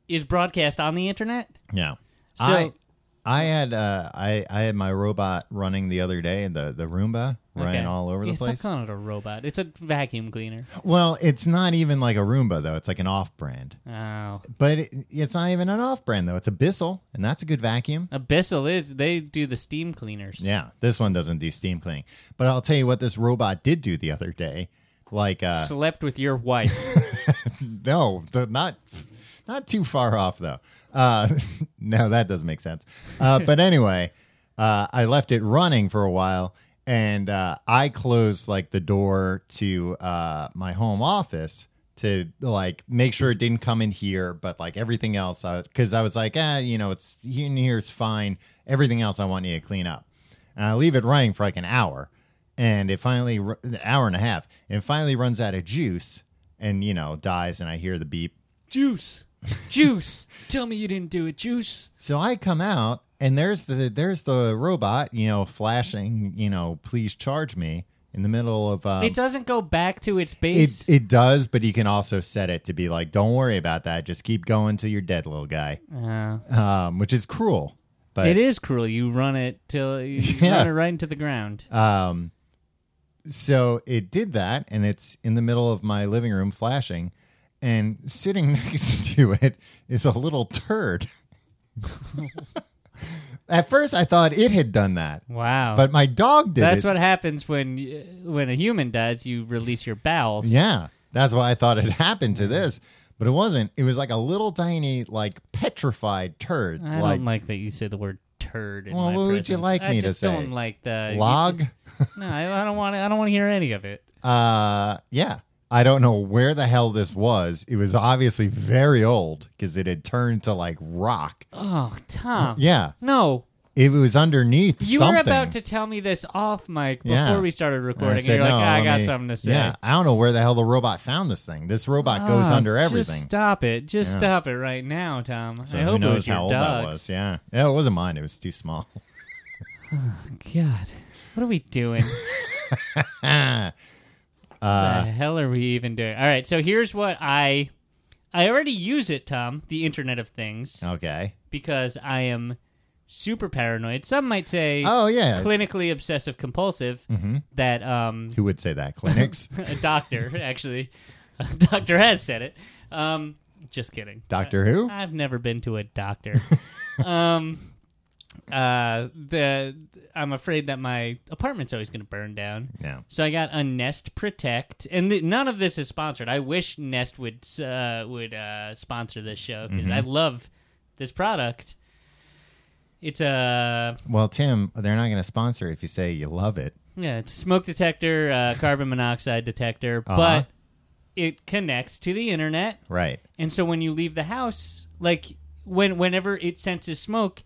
is broadcast on the internet. Yeah. So I, I had uh, I I had my robot running the other day, the the Roomba running Okay. all over yeah, the stop place. calling it a robot. It's a vacuum cleaner. Well, it's not even like a Roomba though; it's like an off-brand. Oh, But it, it's not even an off-brand though; it's a Bissell, and that's a good vacuum. Abyssal is they do the steam cleaners. Yeah, this one doesn't do steam cleaning. But I'll tell you what this robot did do the other day. Like uh, Slept with your wife. no, th- not not too far off though. Uh, no, that doesn't make sense. Uh, but anyway, uh, I left it running for a while, and uh, I closed like the door to uh, my home office to like make sure it didn't come in here, but like everything else, because I, was like, ah, you know, it's here and here is fine. Everything else, I want you to clean up. And I leave it running for like an hour, and it finally ru- an hour and a half, and it finally runs out of juice, and you know dies, and I hear the beep. Juice, juice. Tell me you didn't do it, Juice. So I come out, and there's the there's the robot, you know, flashing, you know, please charge me in the middle of um, it doesn't go back to its base. it it does, but you can also set it to be like, don't worry about that, just keep going till you're dead, little guy, Oh. um, which is cruel, but it is cruel. You run it till you Yeah. run it right into the ground. Um, so it did that, and it's in the middle of my living room flashing, and sitting next to it is a little turd. At first, I thought it had done that, Wow. but my dog did that's it. what happens when y- when a human dies. You release your bowels. yeah, that's why I thought it happened to this, but it wasn't. It was like a little tiny, like petrified turd, I like don't like that you said the word turd. In Well, my what would you presence. like I me to just say? Don't like the log. No, I, I don't want. to I don't want to hear any of it. Uh, yeah. I don't know where the hell this was. It was obviously very old because it had turned to like rock. Oh, Tom. Yeah, No, it was underneath you something. were about to tell me this off mic before Yeah. we started And I recording. and said, you're like, "No, "Ah, I let got me-" something to say. Yeah, I don't know where the hell the robot found this thing. This robot goes Ah, under just everything. stop it. Just Yeah. stop it right now, Tom. So I who hope knows it was your how old dog's. that was? Yeah, yeah, it wasn't mine. It was too small. God, what are we doing? Uh, the hell are we even doing? All right, so here's what I I already use it, Tom, the Internet of Things, okay. because I am super paranoid. Some might say Oh yeah. clinically obsessive compulsive that um who would say that? Clinics. a doctor actually a doctor has said it. Um just kidding. Doctor Who. I've never been to a doctor. um, uh, the I'm afraid that my apartment's always going to burn down. Yeah. So I got a Nest Protect, and th- none of this is sponsored. I wish Nest would uh, would uh, sponsor this show because I love this product. It's a Well, Tim, they're not going to sponsor if you say you love it. yeah, it's a smoke detector, uh, carbon monoxide detector, Uh-huh. but it connects to the internet. Right. And so when you leave the house, like when whenever it senses smoke,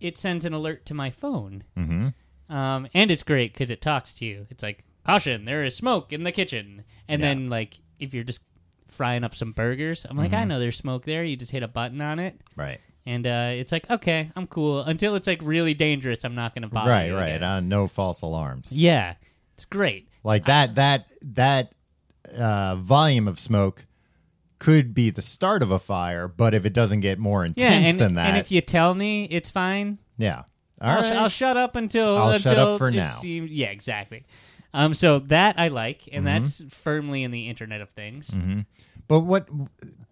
it sends an alert to my phone. Mm-hmm. Um, and it's great because it talks to you. It's like caution, there is smoke in the kitchen. And then like if you're just frying up some burgers, I'm like, Mm-hmm. I know there's smoke there. You just hit a button on it, Right. and uh, it's like, okay, I'm cool. Until it's like really dangerous, I'm not gonna bother. right. you Right. again. Uh, no false alarms. yeah, it's great. Like that that that uh, volume of smoke could be the start of a fire, but if it doesn't get more intense Yeah, and, than that, and if you tell me it's fine, yeah. All I'll, right. I'll shut up until I'll until shut up for it now. seems- yeah, exactly. Um, so that I like, and Mm-hmm. that's firmly in the Internet of Things. but what?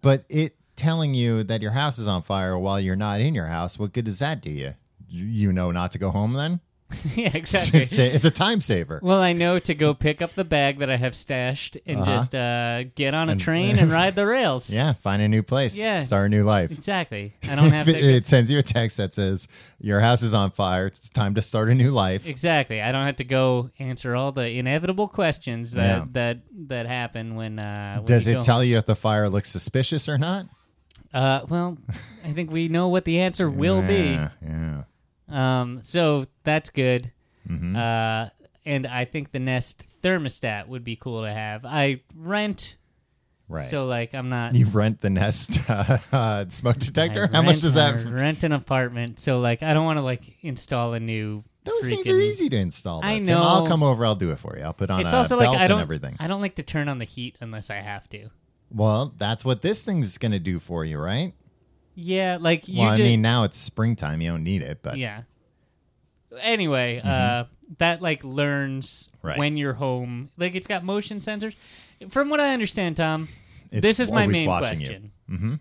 But it telling you that your house is on fire while you're not in your house. What good does that do you? You know not to go home then. yeah, exactly. It's a, it's a time saver. well, I know to go pick up the bag that I have stashed and Uh-huh. just uh, get on a And- train and ride the rails. Yeah, find a new place. Yeah. start a new life. exactly. I don't have If to. it, it sends you a text that says your house is on fire. It's time to start a new life. Exactly. I don't have to go answer all the inevitable questions that Yeah. that that happen when. Uh, when Does you it go- tell you if the fire looks suspicious or not? Uh, well, I think we know what the answer will be. Yeah, Uh, yeah. Um, so that's good. Mm-hmm. Uh, and I think the Nest thermostat would be cool to have. I rent, Right. so like I'm not. you rent the Nest uh, uh, smoke I detector. How rent- much does that? I rent an apartment, so like I don't want to like install a new. Those things are freaking- easy to install. Though. I Tim, I'll know. come over. I'll do it for you. I'll put on It's a also belt like I don't. and everything. I don't like to turn on the heat unless I have to. Well, that's what this thing's going to do for you, right? Yeah, like you well, I did- mean, now it's springtime. You don't need it, but yeah. Anyway, uh, that like learns Mm-hmm. Right. when you're home. Like it's got motion sensors. From what I understand, Tom, It's this is my always main watching you. question. Mm-hmm.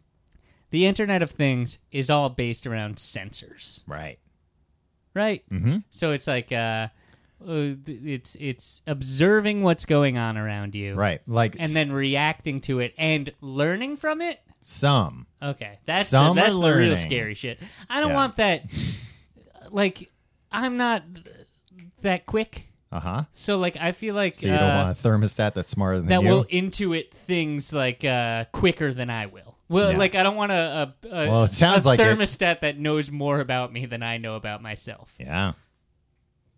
The Internet of Things is all based around sensors, right. right? Mm-hmm. So it's like uh, uh, th- it's it's observing what's going on around you, Right. Like And then reacting to it and learning from it. some. Okay, that's Some the, are that's the real learning. scary shit. I don't Yeah. want that. Like, I'm not that quick, Uh huh. so like I feel like So you don't uh, want a thermostat that's smarter than that you. will intuit things like uh, quicker than I will. Well, Yeah. like I don't want a, a, a Well, it sounds a like it. thermostat that knows more about me than I know about myself. yeah.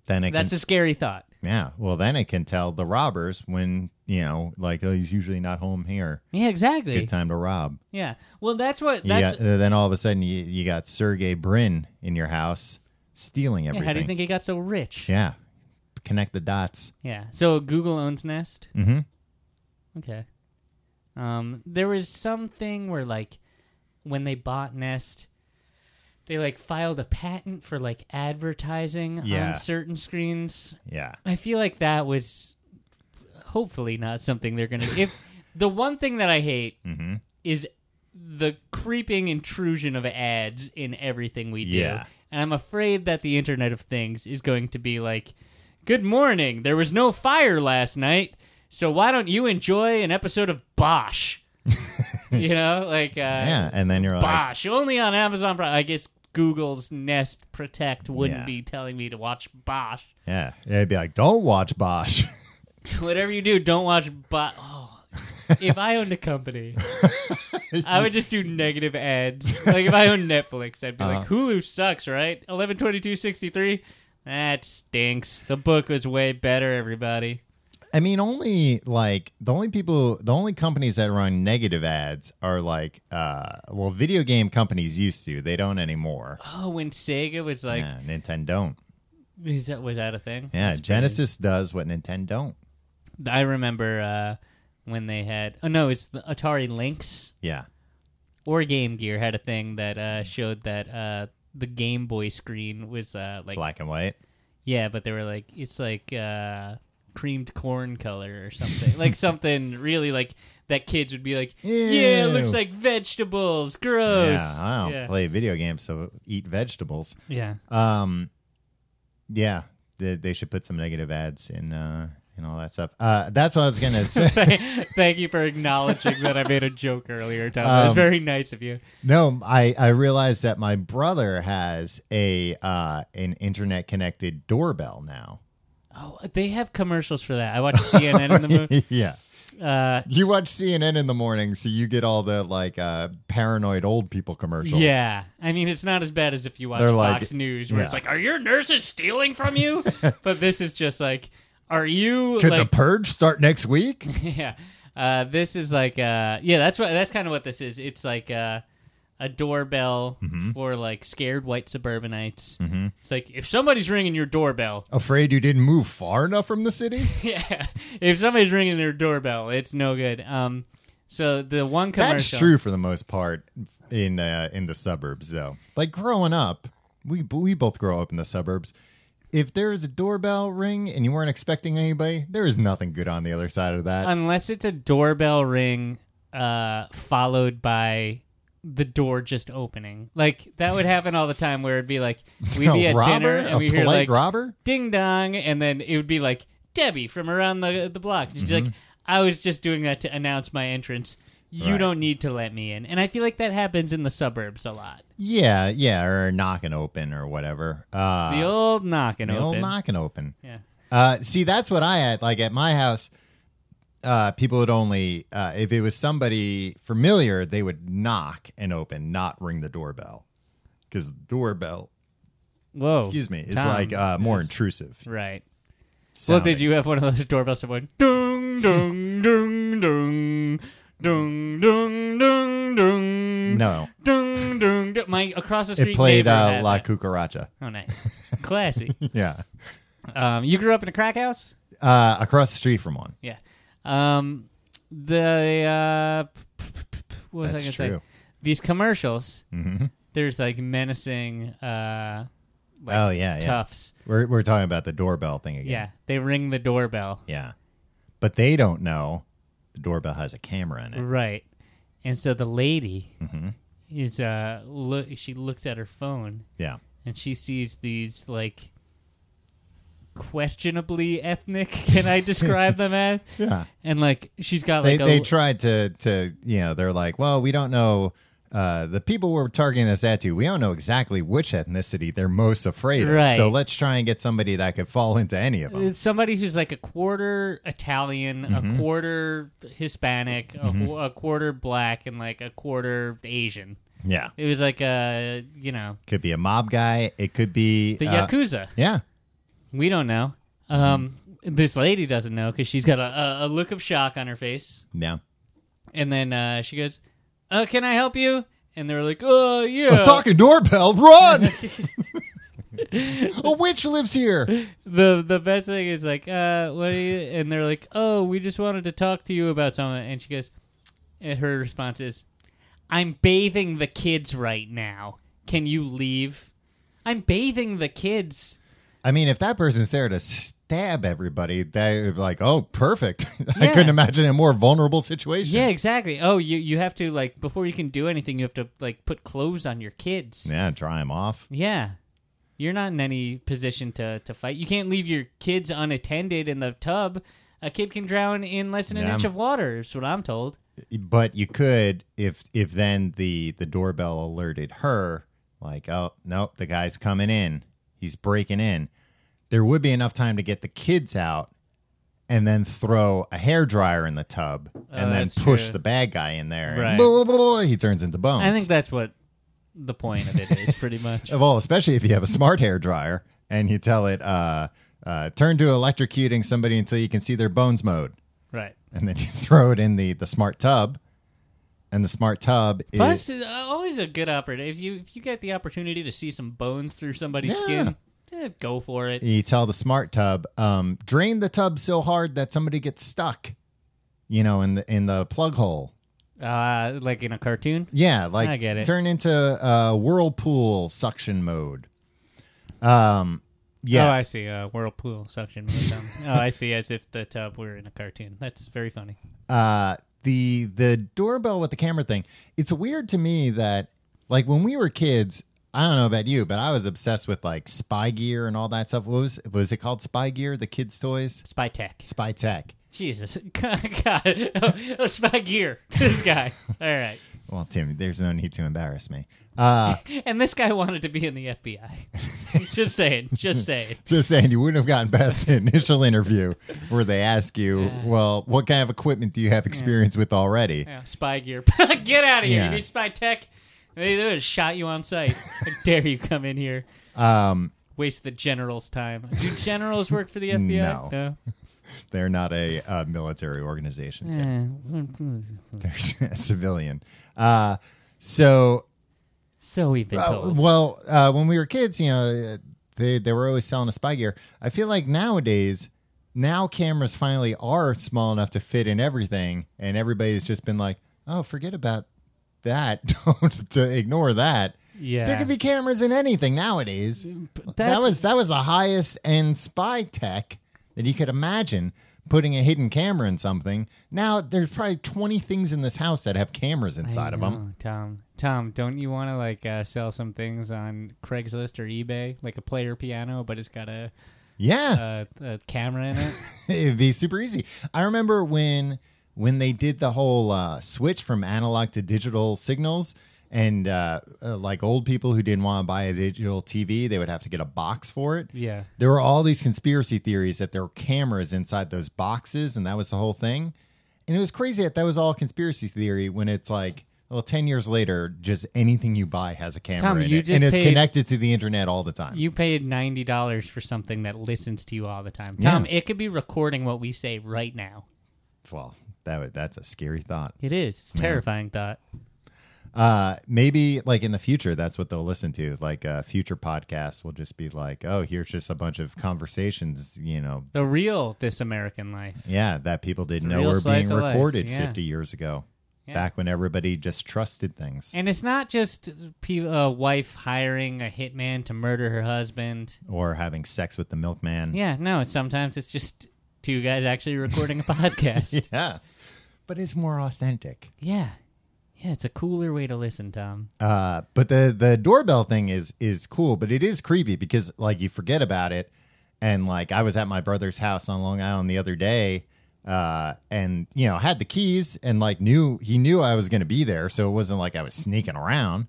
Then it That's can, a scary thought. yeah. Well, then it can tell the robbers when you know, like, oh, he's usually not home here. Yeah, exactly. Good time to rob. Yeah. Well, that's what You that's. got, uh, then all of a sudden, you, you got Sergey Brin in your house stealing yeah, everything. how do you think he got so rich? Yeah. Connect the dots. Yeah. So Google owns Nest. Mhm. Okay. Um, there was something where like when they bought Nest, they like filed a patent for like advertising Yeah. on certain screens. Yeah. I feel like that was hopefully not something they're gonna. if the one thing that I hate Mhm. is the creeping intrusion of ads in everything we do. Yeah. And I'm afraid that the Internet of Things is going to be like, good morning, there was no fire last night, so why don't you enjoy an episode of Bosch? you know, like, uh, Yeah. And then you're like, Bosch, only on Amazon Prime. I guess Google's Nest Protect wouldn't Yeah. be telling me to watch Bosch. yeah. It'd be like, don't watch Bosch. Whatever you do, don't watch Bosch. Oh. if I owned a company, I would just do negative ads. Like if I owned Netflix, I'd be like, Uh-huh. Hulu sucks, right? Eleven twenty two sixty three. That stinks. The book was way better, everybody. I mean, only like the only people, the only companies that run negative ads are like, uh, well, video game companies used to. They don't anymore. Oh, when Sega was like, yeah, Nintendo don't. is that was that a thing? Yeah, That's Genesis does what Nintendo don't. pretty- I remember uh, when they had. Oh no, it's the Atari Lynx Yeah. or Game Gear had a thing that uh, showed that uh, the Game Boy screen was uh, like Black and white. Yeah, but they were like, it's like uh, creamed corn color or something. like something really like that kids would be like, yeah, it looks Ew. like vegetables. Gross. Yeah. I don't yeah. play video games, so eat vegetables. Yeah. Um, yeah. They, they should put some negative ads in, uh, and all that stuff. Uh, that's what I was gonna say. Thank you for acknowledging that I made a joke earlier, Tom. that was Um, very nice of you. No, I, I realized that my brother has a uh, an internet connected doorbell now. Oh, they have commercials for that. I watched CNN in the movie. yeah. Uh, You watch CNN in the morning, so you get all the like uh, paranoid old people commercials. yeah, I mean it's not as bad as if you watch They're like- Fox News, where it's yeah. like, "Are your nurses stealing from you?" but this is just like, "Are you Could like the purge start next week? yeah. Uh, this is like uh, yeah, that's what that's kind of what this is. It's like uh, a doorbell Mm-hmm. for like scared white suburbanites. Mm-hmm. It's like if somebody's ringing your doorbell, Afraid you didn't move far enough from the city? yeah, if somebody's ringing their doorbell, it's no good. Um, so the one commercial, That's true for the most part in uh, in the suburbs, though. Like growing up, we we both grow up in the suburbs. If there is a doorbell ring and you weren't expecting anybody, there is nothing good on the other side of that. unless it's a doorbell ring uh, followed by the door just opening. Like that would happen all the time, where it'd be like we'd be at robber? dinner a and we hear polite like robber? ding dong, and then it would be like Debbie from around the the block. She's like, I was just doing that to announce my entrance. You Mm-hmm. Right. don't need to let me in, and I feel like that happens in the suburbs a lot. Yeah, yeah, or knocking open or whatever. Uh, The old knocking the open. old knocking open. yeah. Uh, see, that's what I had. Like at my house, uh, people would only uh, if it was somebody familiar, they would knock and open, not ring the doorbell, because doorbell, Whoa. excuse me, is Tom, like uh, more this- intrusive. Right. Well, sounding. did you have one of those doorbells that went dung dung dung dung dung dung dung dung No, dung dung? dung. My across the street it played neighbor uh, had La that. Cucaracha. Oh, nice, classy. Yeah, um, you grew up in a crack house. uh, across the street from one. Yeah. Um, the uh, p- p- p- p- what was That's I going to true. Mm-hmm. say? these commercials, there's like menacing, uh, like Oh, yeah, yeah. toughs. We're we're talking about the doorbell thing again. Yeah. they ring the doorbell, Yeah. But they don't know the doorbell has a camera in it. right? And so the lady Mm-hmm. is uh, look. She looks at her phone Yeah. and she sees these like questionably ethnic. Can I describe them as? Yeah. And like she's got They like oh. a they tried to to you know, they're like, Well, we don't know uh, the people we're targeting this at to, we don't know exactly which ethnicity they're most afraid of. Right. Uh, So let's try and get somebody that could fall into any of them. It's somebody who's like a quarter Italian, a quarter Hispanic, a, wh- a quarter black, and like a quarter Asian. Yeah. It was like a you know Could be a mob guy. It could be the uh, yakuza. Yeah. We don't know. Um, This lady doesn't know because she's got a, a, a look of shock on her face, Yeah. and then uh, she goes, uh, "Can I help you?" And they're like, "Oh yeah." A talking doorbell, run! a witch lives here. the the best thing is like, uh, what are you? And they're like, oh, we just wanted to talk to you about something. And she goes, and her response is, I'm bathing the kids right now. Can you leave? I'm bathing the kids. I mean, if that person's there to stab everybody, they're like, oh, perfect. I Yeah. couldn't imagine a more vulnerable situation. Yeah, exactly. Oh, you you have to like before you can do anything, you have to like put clothes on your kids. Yeah, try him off. Yeah. You're not in any position to, to fight. You can't leave your kids unattended in the tub. A kid can drown in less than an Yeah. inch of water, is what I'm told. But you could, if if then the the doorbell alerted her, like, oh nope, the guy's coming in, he's breaking in. There would be enough time to get the kids out, and then throw a hair dryer in the tub, and then Oh, that's push true. the bad guy in there. and Right. blah, blah, blah, blah, he turns into bones. I think that's what the point of it is, pretty much. Well, especially if you have a smart hair dryer and you tell it, uh, uh, turn to electrocuting somebody until you can see their bones mode. right. And then you throw it in the, the smart tub. And the smart tub is. Bust is uh, always a good opportunity. If you if you get the opportunity to see some bones through somebody's Yeah. skin, eh, go for it. You tell the smart tub, um, drain the tub so hard that somebody gets stuck, you know, in the in the plug hole. Uh, like in a cartoon. Yeah, like I get it. turn into uh, whirlpool suction mode. Um, yeah, Oh, I see. Uh, whirlpool suction. motion. oh, I see. As if the tub were in a cartoon. That's very funny. uh the the doorbell with the camera thing it's weird to me that like when we were kids i don't know about you but i was obsessed with like spy gear and all that stuff what was was it called spy gear the kids toys Spy tech. spy tech Jesus. God. Oh, oh, spy gear. This guy. All right. well tim there's no need to embarrass me uh And this guy wanted to be in the FBI. just saying. Just saying. just saying you wouldn't have gotten past the initial interview where they ask you well what kind of equipment do you have experience with already Yeah, spy gear. Get out of here. Yeah. You need spy tech. They, they would have shot you on sight. How dare you come in here? um Waste the general's time. Do generals work for the FBI? No. they're not a uh, military organization Tim. there's a civilian. Uh, so, So we've been uh, told. well, uh, when we were kids, you know, uh, they, they were always selling a spy gear. I feel like nowadays, now cameras finally are small enough to fit in everything, and everybody's just been like, oh, forget about that. Don't to ignore that. Yeah. There could be cameras in anything nowadays. That that's- was that was the highest end spy tech that you could imagine putting a hidden camera in something. Now there's probably 20 things in this house that have cameras inside of them. Tom, Tom, don't you want to like uh, sell some things on Craigslist or eBay, like a player piano, but it's got a, Yeah, a, a camera in it? it'd be super easy. I remember when when they did the whole uh, switch from analog to digital signals and uh, uh, like old people who didn't want to buy a digital TV, they would have to get a box for it. yeah. there were all these conspiracy theories that there were cameras inside those boxes and that was the whole thing and it was crazy that that was all conspiracy theory when it's like well 10 years later just anything you buy has a camera Tom, in you it just and it's paid- connected to the internet all the time You paid ninety dollars for something that listens to you all the time, Yeah. Tom. It could be recording what we say right now. well that would, that's a scary thought It is. It's a terrifying thought. uh maybe like in the future that's what they'll listen to like a future podcast will just be like oh here's just a bunch of conversations you know The real This American Life. yeah that people didn't It's a know real were slice being of life, recorded yeah. 50 years ago Yeah. back when everybody just trusted things And it's not just pe- a wife hiring a hitman to murder her husband. or having sex with the milkman. Yeah, no, it's sometimes it's just two guys actually recording a podcast. Yeah. But it's more authentic. Yeah. Yeah, it's a cooler way to listen, Tom. Uh, but the the doorbell thing is is cool, but it is creepy because like you forget about it, and like I was at my brother's house on Long Island the other day, uh, and you know had the keys and like knew he knew I was gonna be there, so it wasn't like I was sneaking around,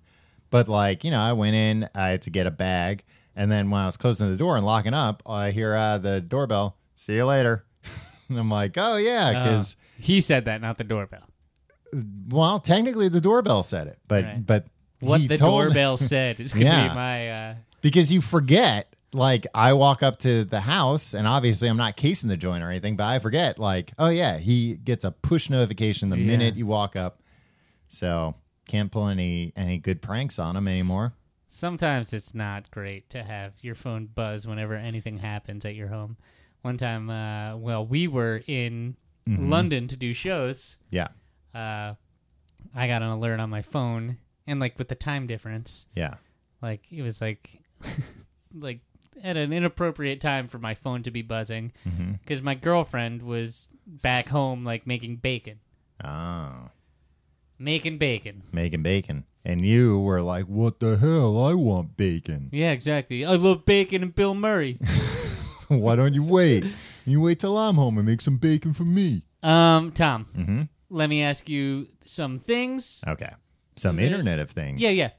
but like you know I went in, I had to get a bag, and then when I was closing the door and locking up, I hear uh, the doorbell. See you later. and I'm like, oh yeah, because. Oh, he said that, not the doorbell. Well, technically the doorbell said it, but Right. but What he the told- doorbell said is going to Yeah. be my. Uh, because you forget. Like I walk up to the house, and obviously I'm not casing the joint or anything, but I forget. Like, oh yeah, he gets a push notification the Yeah. minute you walk up, so can't pull any any good pranks on him anymore. sometimes it's not great to have your phone buzz whenever anything happens at your home. One time, uh, well, we were in London to do shows. Yeah, Uh, I got an alert on my phone, and like with the time difference, yeah, like it was like, like at an inappropriate time for my phone to be buzzing because my girlfriend was back home like making bacon, oh, making bacon. making bacon, and you were like, "What the hell? I want bacon. Yeah, exactly. I love bacon and Bill Murray. Why don't you wait? You wait till I'm home and make some bacon for me." Um, Tom, Mm-hmm. let me ask you some things. Okay. Some There- Internet of Things. Yeah, yeah.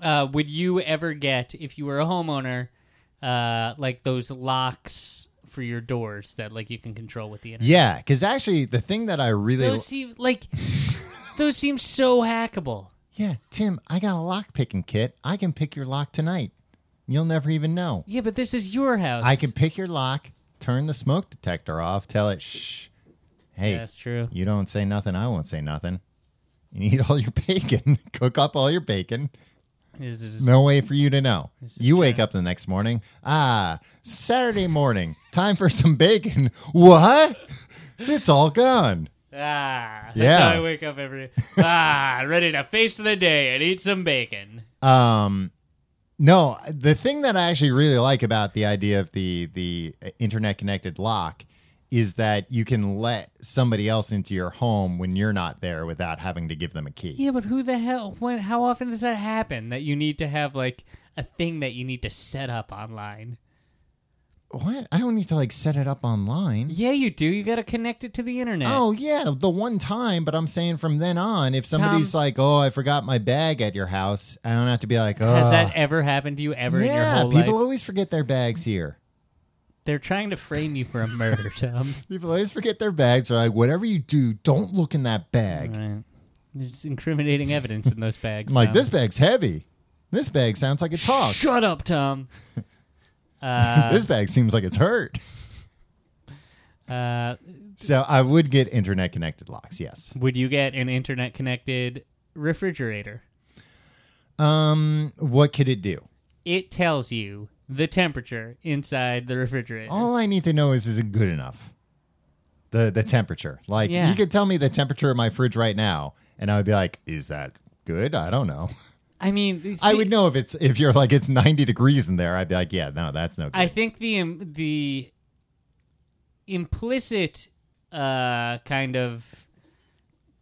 Uh, would you ever get, if you were a homeowner, uh, like those locks for your doors that like you can control with the internet? Yeah, because actually, the thing that I really Those seem like those seem so hackable. yeah, Tim, I got a lock picking kit. I can pick your lock tonight. You'll never even know. Yeah, but this is your house. I can pick your lock, turn the smoke detector off, tell it shh. Hey, Yeah, that's true. you don't say nothing. I won't say nothing. You need all your bacon. Cook up all your bacon. This is- ah, No way for you to know. You wake up the next morning. Ah, Saturday morning. Time for some bacon. What? It's all gone. Ah, that's Yeah. how I wake up every. ah, ready to face the day and eat some bacon. Um, no, the thing that I actually really like about the idea of the the internet connected lock is that you can let somebody else into your home when you're not there without having to give them a key. Yeah, but who the hell? When? How often does that happen? That you need to have like a thing that you need to set up online. What? I don't need to like set it up online. Yeah, you do. You got to connect it to the internet. Oh yeah, the one time, but I'm saying from then on, if somebody's Tom- like, "Oh, I forgot my bag at your house," I don't have to be like, "Oh." Has that ever happened to you ever in your yeah, whole people life? always forget their bags here. They're trying to frame you for a murder, Tom. People always forget their bags. They're like, "Whatever you do, don't look in that bag." Right. There's incriminating evidence in those bags. I'm like, Tom. this bag's heavy. This bag sounds like it talks. Shut up, Tom. Uh, This bag seems like it's hurt. uh, So I would get internet connected locks, yes. would you get an internet connected refrigerator? Um, what could it do? It tells you the temperature inside the refrigerator. All I need to know is is it good enough? The the temperature. Like Yeah. you could tell me the temperature of my fridge right now, and I would be like, is that good? I don't know. I mean, I see, would know if it's if you're like it's ninety degrees in there, I'd be like, yeah, no, that's no good. I think the im- the implicit uh, kind of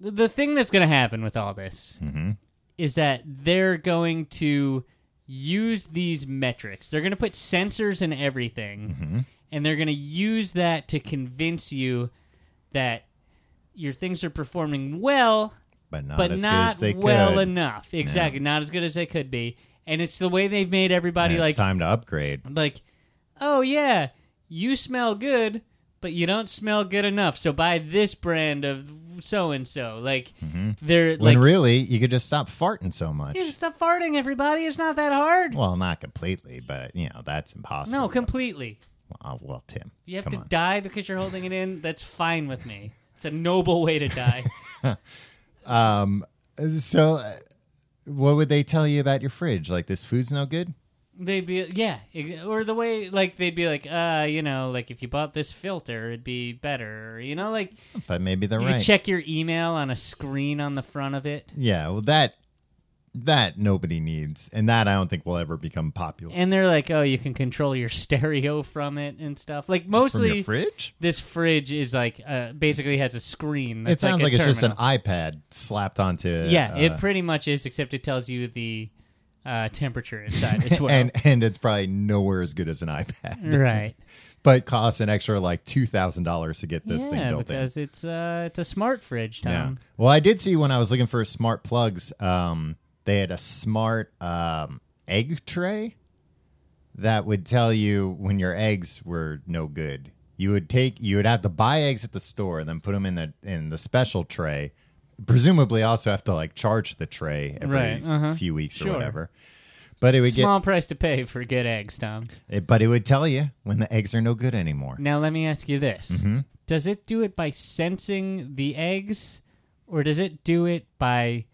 the- the thing that's going to happen with all this Mm-hmm. is that they're going to use these metrics. They're going to put sensors in everything, Mm-hmm. and they're going to use that to convince you that your things are performing well, but not but as good not as they well could. enough. Exactly, not as good as they could be. And it's the way they've made And everybody it's like time to upgrade. like, oh yeah, you smell good, but you don't smell good enough. So buy this brand of so and so. Like they're Mm-hmm. When like, really you could just stop farting so much. yeah, just stop farting, everybody. It's not that hard. Well, not completely, but you know that's impossible. no, completely. well, well, Tim, You have come to on. die because you're holding it in. That's fine with me. It's a noble way to die. uh, Um, so, uh, what would they tell you about your fridge? Like this food's no good. They'd be yeah, ex- or the way like they'd be like, uh, you know, like if you bought this filter, it'd be better. You know, like But maybe they're you right. could check your email on a screen on the front of it. yeah, well that that nobody needs, and that I don't think will ever become popular. And they're like, oh, you can control your stereo from it and stuff. Like From your mostly, fridge? this fridge is like uh, basically has a screen. That's It sounds like, a it's just an terminal. iPad slapped onto Yeah, uh, it pretty much is, except it tells you the uh, temperature inside as well. Mm. and and it's probably nowhere as good as an iPad, right. but costs an extra like two thousand dollars to get this yeah, thing built in. because it's uh, it's a smart fridge, Tom. Well, I did see when I was looking for smart plugs, um, they had a smart um, egg tray that would tell you when your eggs were no good. You would take, you would have to buy eggs at the store and then put them in the in the special tray. Presumably, also have to like charge the tray every Right, uh-huh. few weeks or Sure. whatever. But it would Small price to pay for good eggs, Tom. get, it, but it would tell you when the eggs are no good anymore. Now let me ask you this: Mm-hmm. Does it do it by sensing the eggs, or does it do it by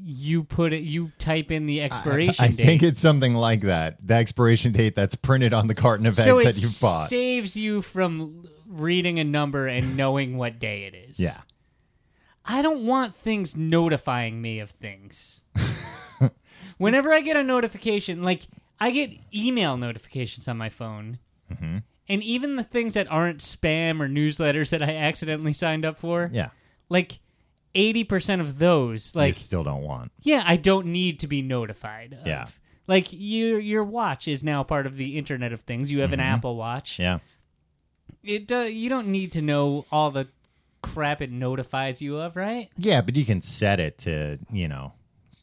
you put it? You type in the expiration I date. think it's something like that. The expiration date that's printed on the carton of eggs so it that you bought. saves you from reading a number and knowing what day it is. yeah. I don't want things notifying me of things. Whenever I get a notification, like I get email notifications on my phone, Mm-hmm. and even the things that aren't spam or newsletters that I accidentally signed up for, Yeah. like 80% of those, you like, still don't want. yeah, I don't need to be notified of. Yeah. Like your your watch is now part of the Internet of Things. You have an Mm-hmm. Apple Watch. Yeah. It do, you don't need to know all the crap it notifies you of, right? Yeah, but you can set it to, you know,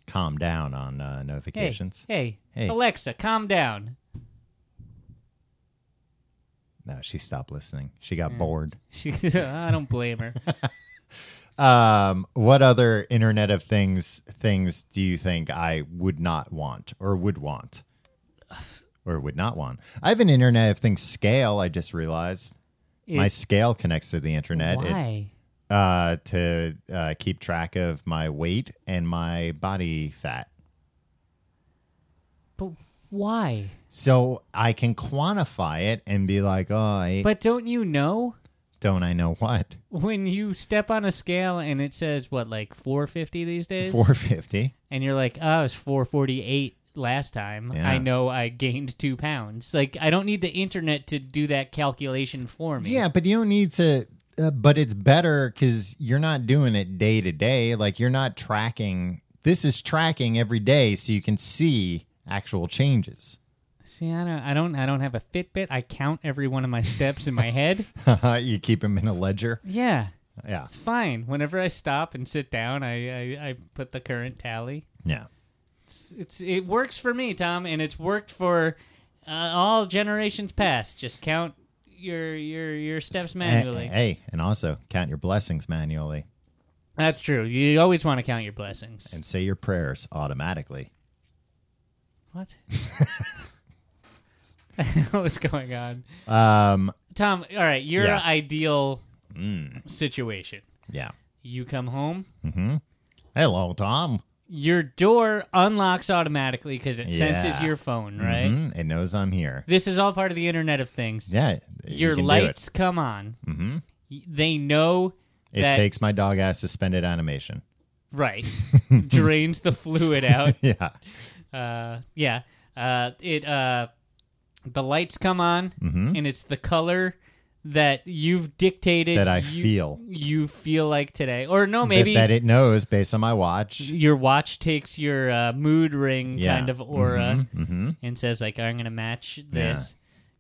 calm down on uh, Hey, notifications. hey, Hey. Alexa, calm down. No, she stopped listening. She got Mm. bored. She, I don't blame her. Um, what other Internet of Things things do you think I would not want or would want? Or would not want. I have an Internet of Things scale, I just realized. My It- scale connects to the internet. It- why? uh, to uh, keep track of my weight and my body fat. But why? So I can quantify it and be like, oh, I, But don't you know don't I know what? when you step on a scale and it says what, like 450 these days, 450. and you're like, oh, it's 448 last time. Yeah. I know I gained two pounds. Like I don't need the internet to do that calculation for me. Yeah, but you don't need to. Uh, but it's better because you're not doing it day to day. Like you're not tracking. This is tracking every day, so you can see actual changes. See, I don't, I don't, I don't have a Fitbit. I count every one of my steps in my head. you keep them in a ledger. Yeah. Yeah, It's fine. Whenever I stop and sit down, I, I, I put the current tally. yeah. It's, it's it works for me, Tom, and it's worked for uh, all generations past. Just count your your your steps eh, manually. Hey, hey, and also count your blessings manually That's true. You always want to count your blessings. and say your prayers automatically. what? What's going on, Um, Tom? All right, your Yeah. Mm. ideal situation. yeah. You come home. Hello, Tom. Your door unlocks automatically because it senses Yeah. your phone, right? Mhm, It knows I'm here. This is all part of the Internet of Things. Yeah, you Your can do it. lights come on. Mm-hmm. They know It that takes my dog ass suspended animation. right drains the fluid out. yeah. Uh, yeah, uh, it uh, the lights come on, Mm-hmm. and it's the color that you've dictated That I you- feel. You feel like today, or no, maybe that, that it knows based on my watch. your watch takes your uh, mood ring Yeah. kind of aura hmm and says like, "I'm gonna match this."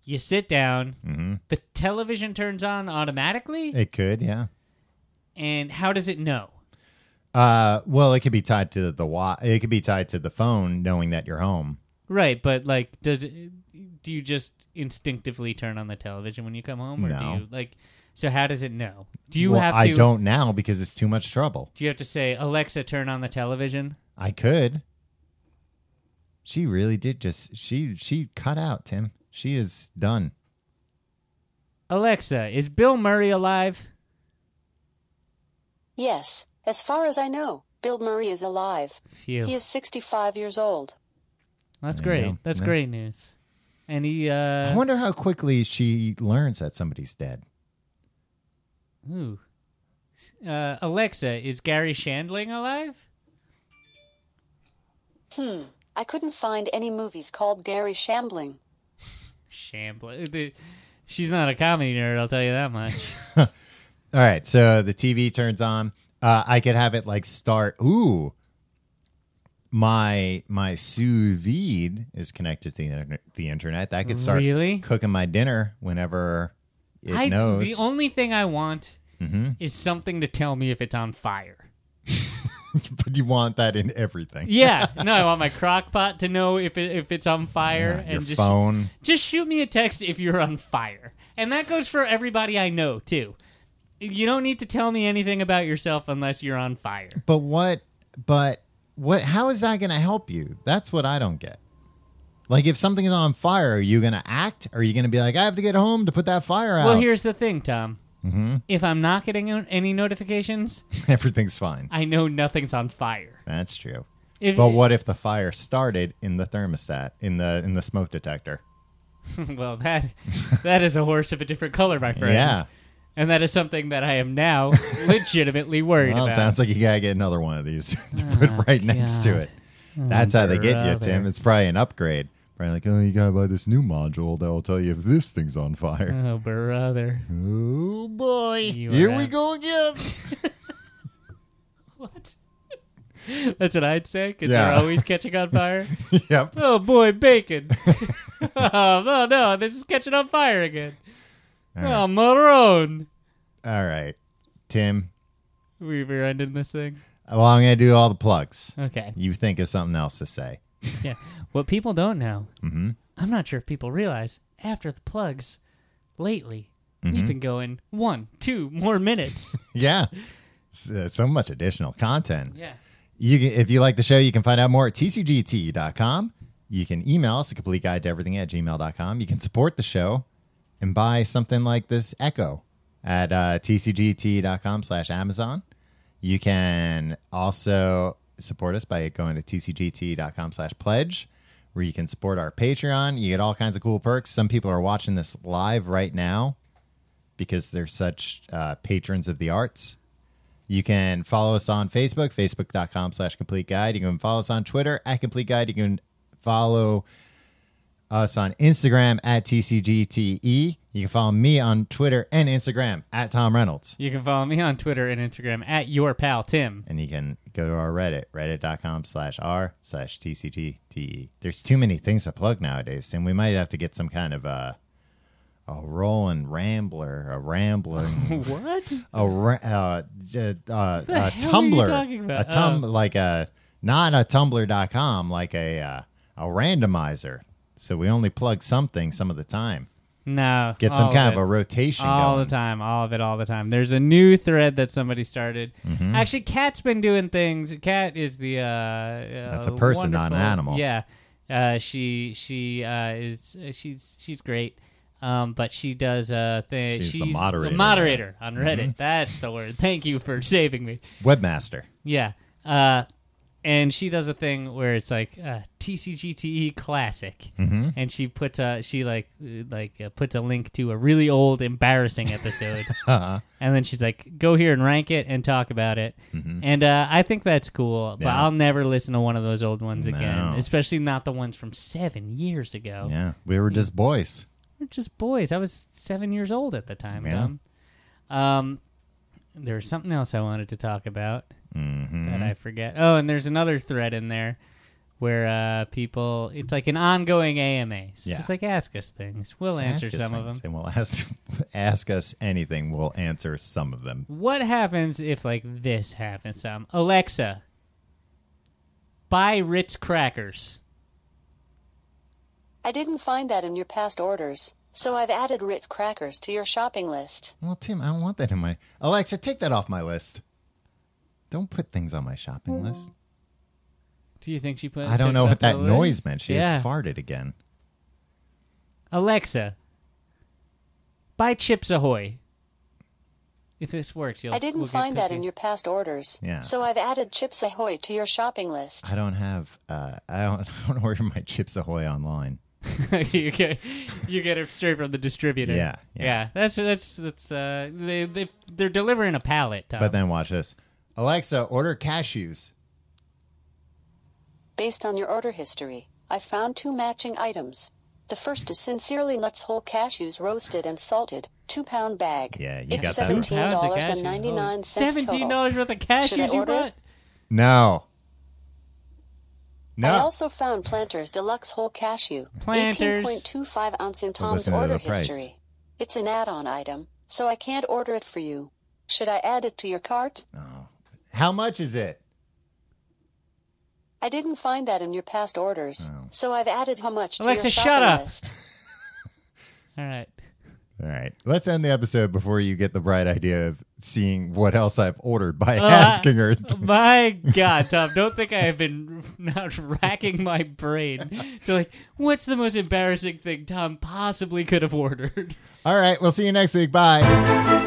You sit down. The television turns on automatically, Mm-hmm. It could, yeah. and how does it know? Uh, well, it could be tied to the watch. It could be tied to the phone, knowing that you're home. Right, but like, does it? Do you just instinctively turn on the television when you come home, or No. do you like? So how does it know? Do you Well, have to? I don't now because it's too much trouble. Do you have to say Alexa, turn on the television? I could. She really did just she she cut out Tim. She is done. Alexa, is Bill Murray alive? Yes, as far as I know, Bill Murray is alive. Phew. He is 65 years old. That's There you great. go. That's Yeah. great news. And he, I uh, wonder how quickly she learns that somebody's dead. ooh. Uh, Alexa, is Gary Shandling alive? Hmm. I couldn't find any movies called Gary Shambling. Shambling. Uh, The- She's not a comedy nerd, I'll tell you that much. All right, so the TV turns on. Uh, I could have it like start. Ooh, my my sous vide is connected to the, inter- the internet. That could start Really? cooking my dinner whenever it I, knows. The only thing I want Mhm. is something to tell me if it's on fire. but you want that in everything. Yeah, no, I want my crock pot to know if it, if it's on fire Yeah, and Your just phone. just shoot me a text if you're on fire. And that goes for everybody I know too. You don't need to tell me anything about yourself unless you're on fire. But what? But what? How is that going to help you? That's what I don't get. Like, if something is on fire, are you going to act? Or are you going to be like, I have to get home to put that fire out? Mm-hmm. Well, here's the thing, Tom. If I'm not getting o- any notifications, Everything's fine. I know nothing's on fire. That's true. If, But what if the fire started in the thermostat in the in the smoke detector? well, that that is a horse of a different color, my friend. Yeah. and that is something that I am now legitimately worried Well, it about. sounds like you gotta get another one of these to put right next to God. it. That's how they get you, brother. Tim. It's probably an upgrade. Probably like, oh, you gotta buy this new module that will tell you if this thing's on fire. oh, brother. Oh boy, You here are we a- go again. What? That's what I'd say because Yeah. they're always catching on fire. yep. oh boy, bacon! oh no, no, this is catching on fire again. All Oh, right. Marone. All right, Tim. We were ending this thing. Well, I'm gonna do all the plugs. Okay. You think of something else to say? Yeah. What people don't know, Mhm. I'm not sure if people realize, after the plugs, lately, Mm-hmm. we've been going one, two more minutes. Yeah. So so much additional content. yeah. You can, if you like the show, you can find out more at tcgt.com. You can email us, a complete guide to everything at gmail.com. You can support the show and buy something like this Echo at uh, tcgt.com slash Amazon. You can also support us by going to tcgt.com slash pledge, where you can support our Patreon. You get all kinds of cool perks. Some people are watching this live right now because they're such uh, patrons of the arts. You can follow us on Facebook, facebook.com slash complete guide. You can follow us on Twitter at complete guide. You can follow us on Instagram at TCGTE. E. You can follow me on Twitter and Instagram at Tom Reynolds. You can follow me on Twitter and Instagram at your pal Tim. And you can go to our Reddit, reddit.com slash r slash TCGTE. E. There's too many things to plug nowadays, and we might have to get some kind of a, a rolling rambler, a rambling What? a ra- uh, j- uh, uh, The hell are you Tumblr, talking about? Uh. a tum like a not a Tumblr.com, like a uh, a randomizer. So we only plug something some of the time. No. Get some all kind it. of a rotation all going. the time, all of it, all the time. There's a new thread that somebody started. Mm-hmm. Actually, Cat's been doing things. Cat is the uh, that's a person, not an animal. Yeah, uh, she she uh, is she's she's great. Um, but she does uh thing. She's the moderator. Mm-hmm. moderator on Reddit. That's the word. Thank you for saving me. Webmaster. Yeah. Uh, and she does a thing where it's like uh, TCGTE E classic, Mm-hmm. and she puts a she like uh, like uh, puts a link to a really old embarrassing episode, Uh-huh. and then she's like, "Go here and rank it and talk about it." And uh, I think that's cool, but Mm-hmm. Yeah. I'll never listen to one of those old ones No. again, especially not the ones from seven years ago. Yeah, we were just boys. We're just boys. I was seven years old at the time. Yeah. Dom. Um, there was something else I wanted to talk about Mm-hmm. that I forget. Oh, and there's another thread in there where uh, people. It's like an ongoing AMA. It's Yeah. just like ask us things. We'll answer Ask us some of them. things, and we'll ask ask us anything. We'll answer some of them. What happens if like this happens? Um, Alexa, buy Ritz crackers. I didn't find that in your past orders, so I've added Ritz crackers to your shopping list. Well, Tim, I don't want that in my Alexa. Take that off my list. Don't put things on my shopping list. Do you think she put? I don't took know it what off the that list? noise meant. She yeah. just farted again. Alexa, buy Chips Ahoy. If this works, you'll. I didn't we'll get find that in cookies. your past orders. Yeah. So I've added Chips Ahoy to your shopping list. I don't have. Uh, I don't. I don't order my Chips Ahoy online. you get you get it straight from the distributor. Yeah, yeah. That's that's that's uh, they they they're delivering a pallet. Tom. But then watch this. Alexa, order cashews. Based on your order history, I found two matching items. The first is Sincerely Nuts Whole Cashews Roasted and Salted, two pound bag. Yeah, you it's got that right. Two pounds of cashews. $17.99 Holy- Seventeen dollars worth of Should I cashews you order bought. it? No. I No. also found Planters Deluxe Whole Cashew, Planters. 18.25 ounce in Tom's listen to order the price. history. It's an add-on item, so I can't order it for you. Should I add it to your cart? Oh. How much is it? I didn't find that in your past orders, Oh. so I've added how much to Alexa, your shut shopping up. list. All right. All right. Let's end the episode before you get the bright idea of seeing what else I've ordered by Uh, asking her. My God, Tom! Don't think I have been not racking my brain to like, what's the most embarrassing thing Tom possibly could have ordered? All right. We'll see you next week. Bye.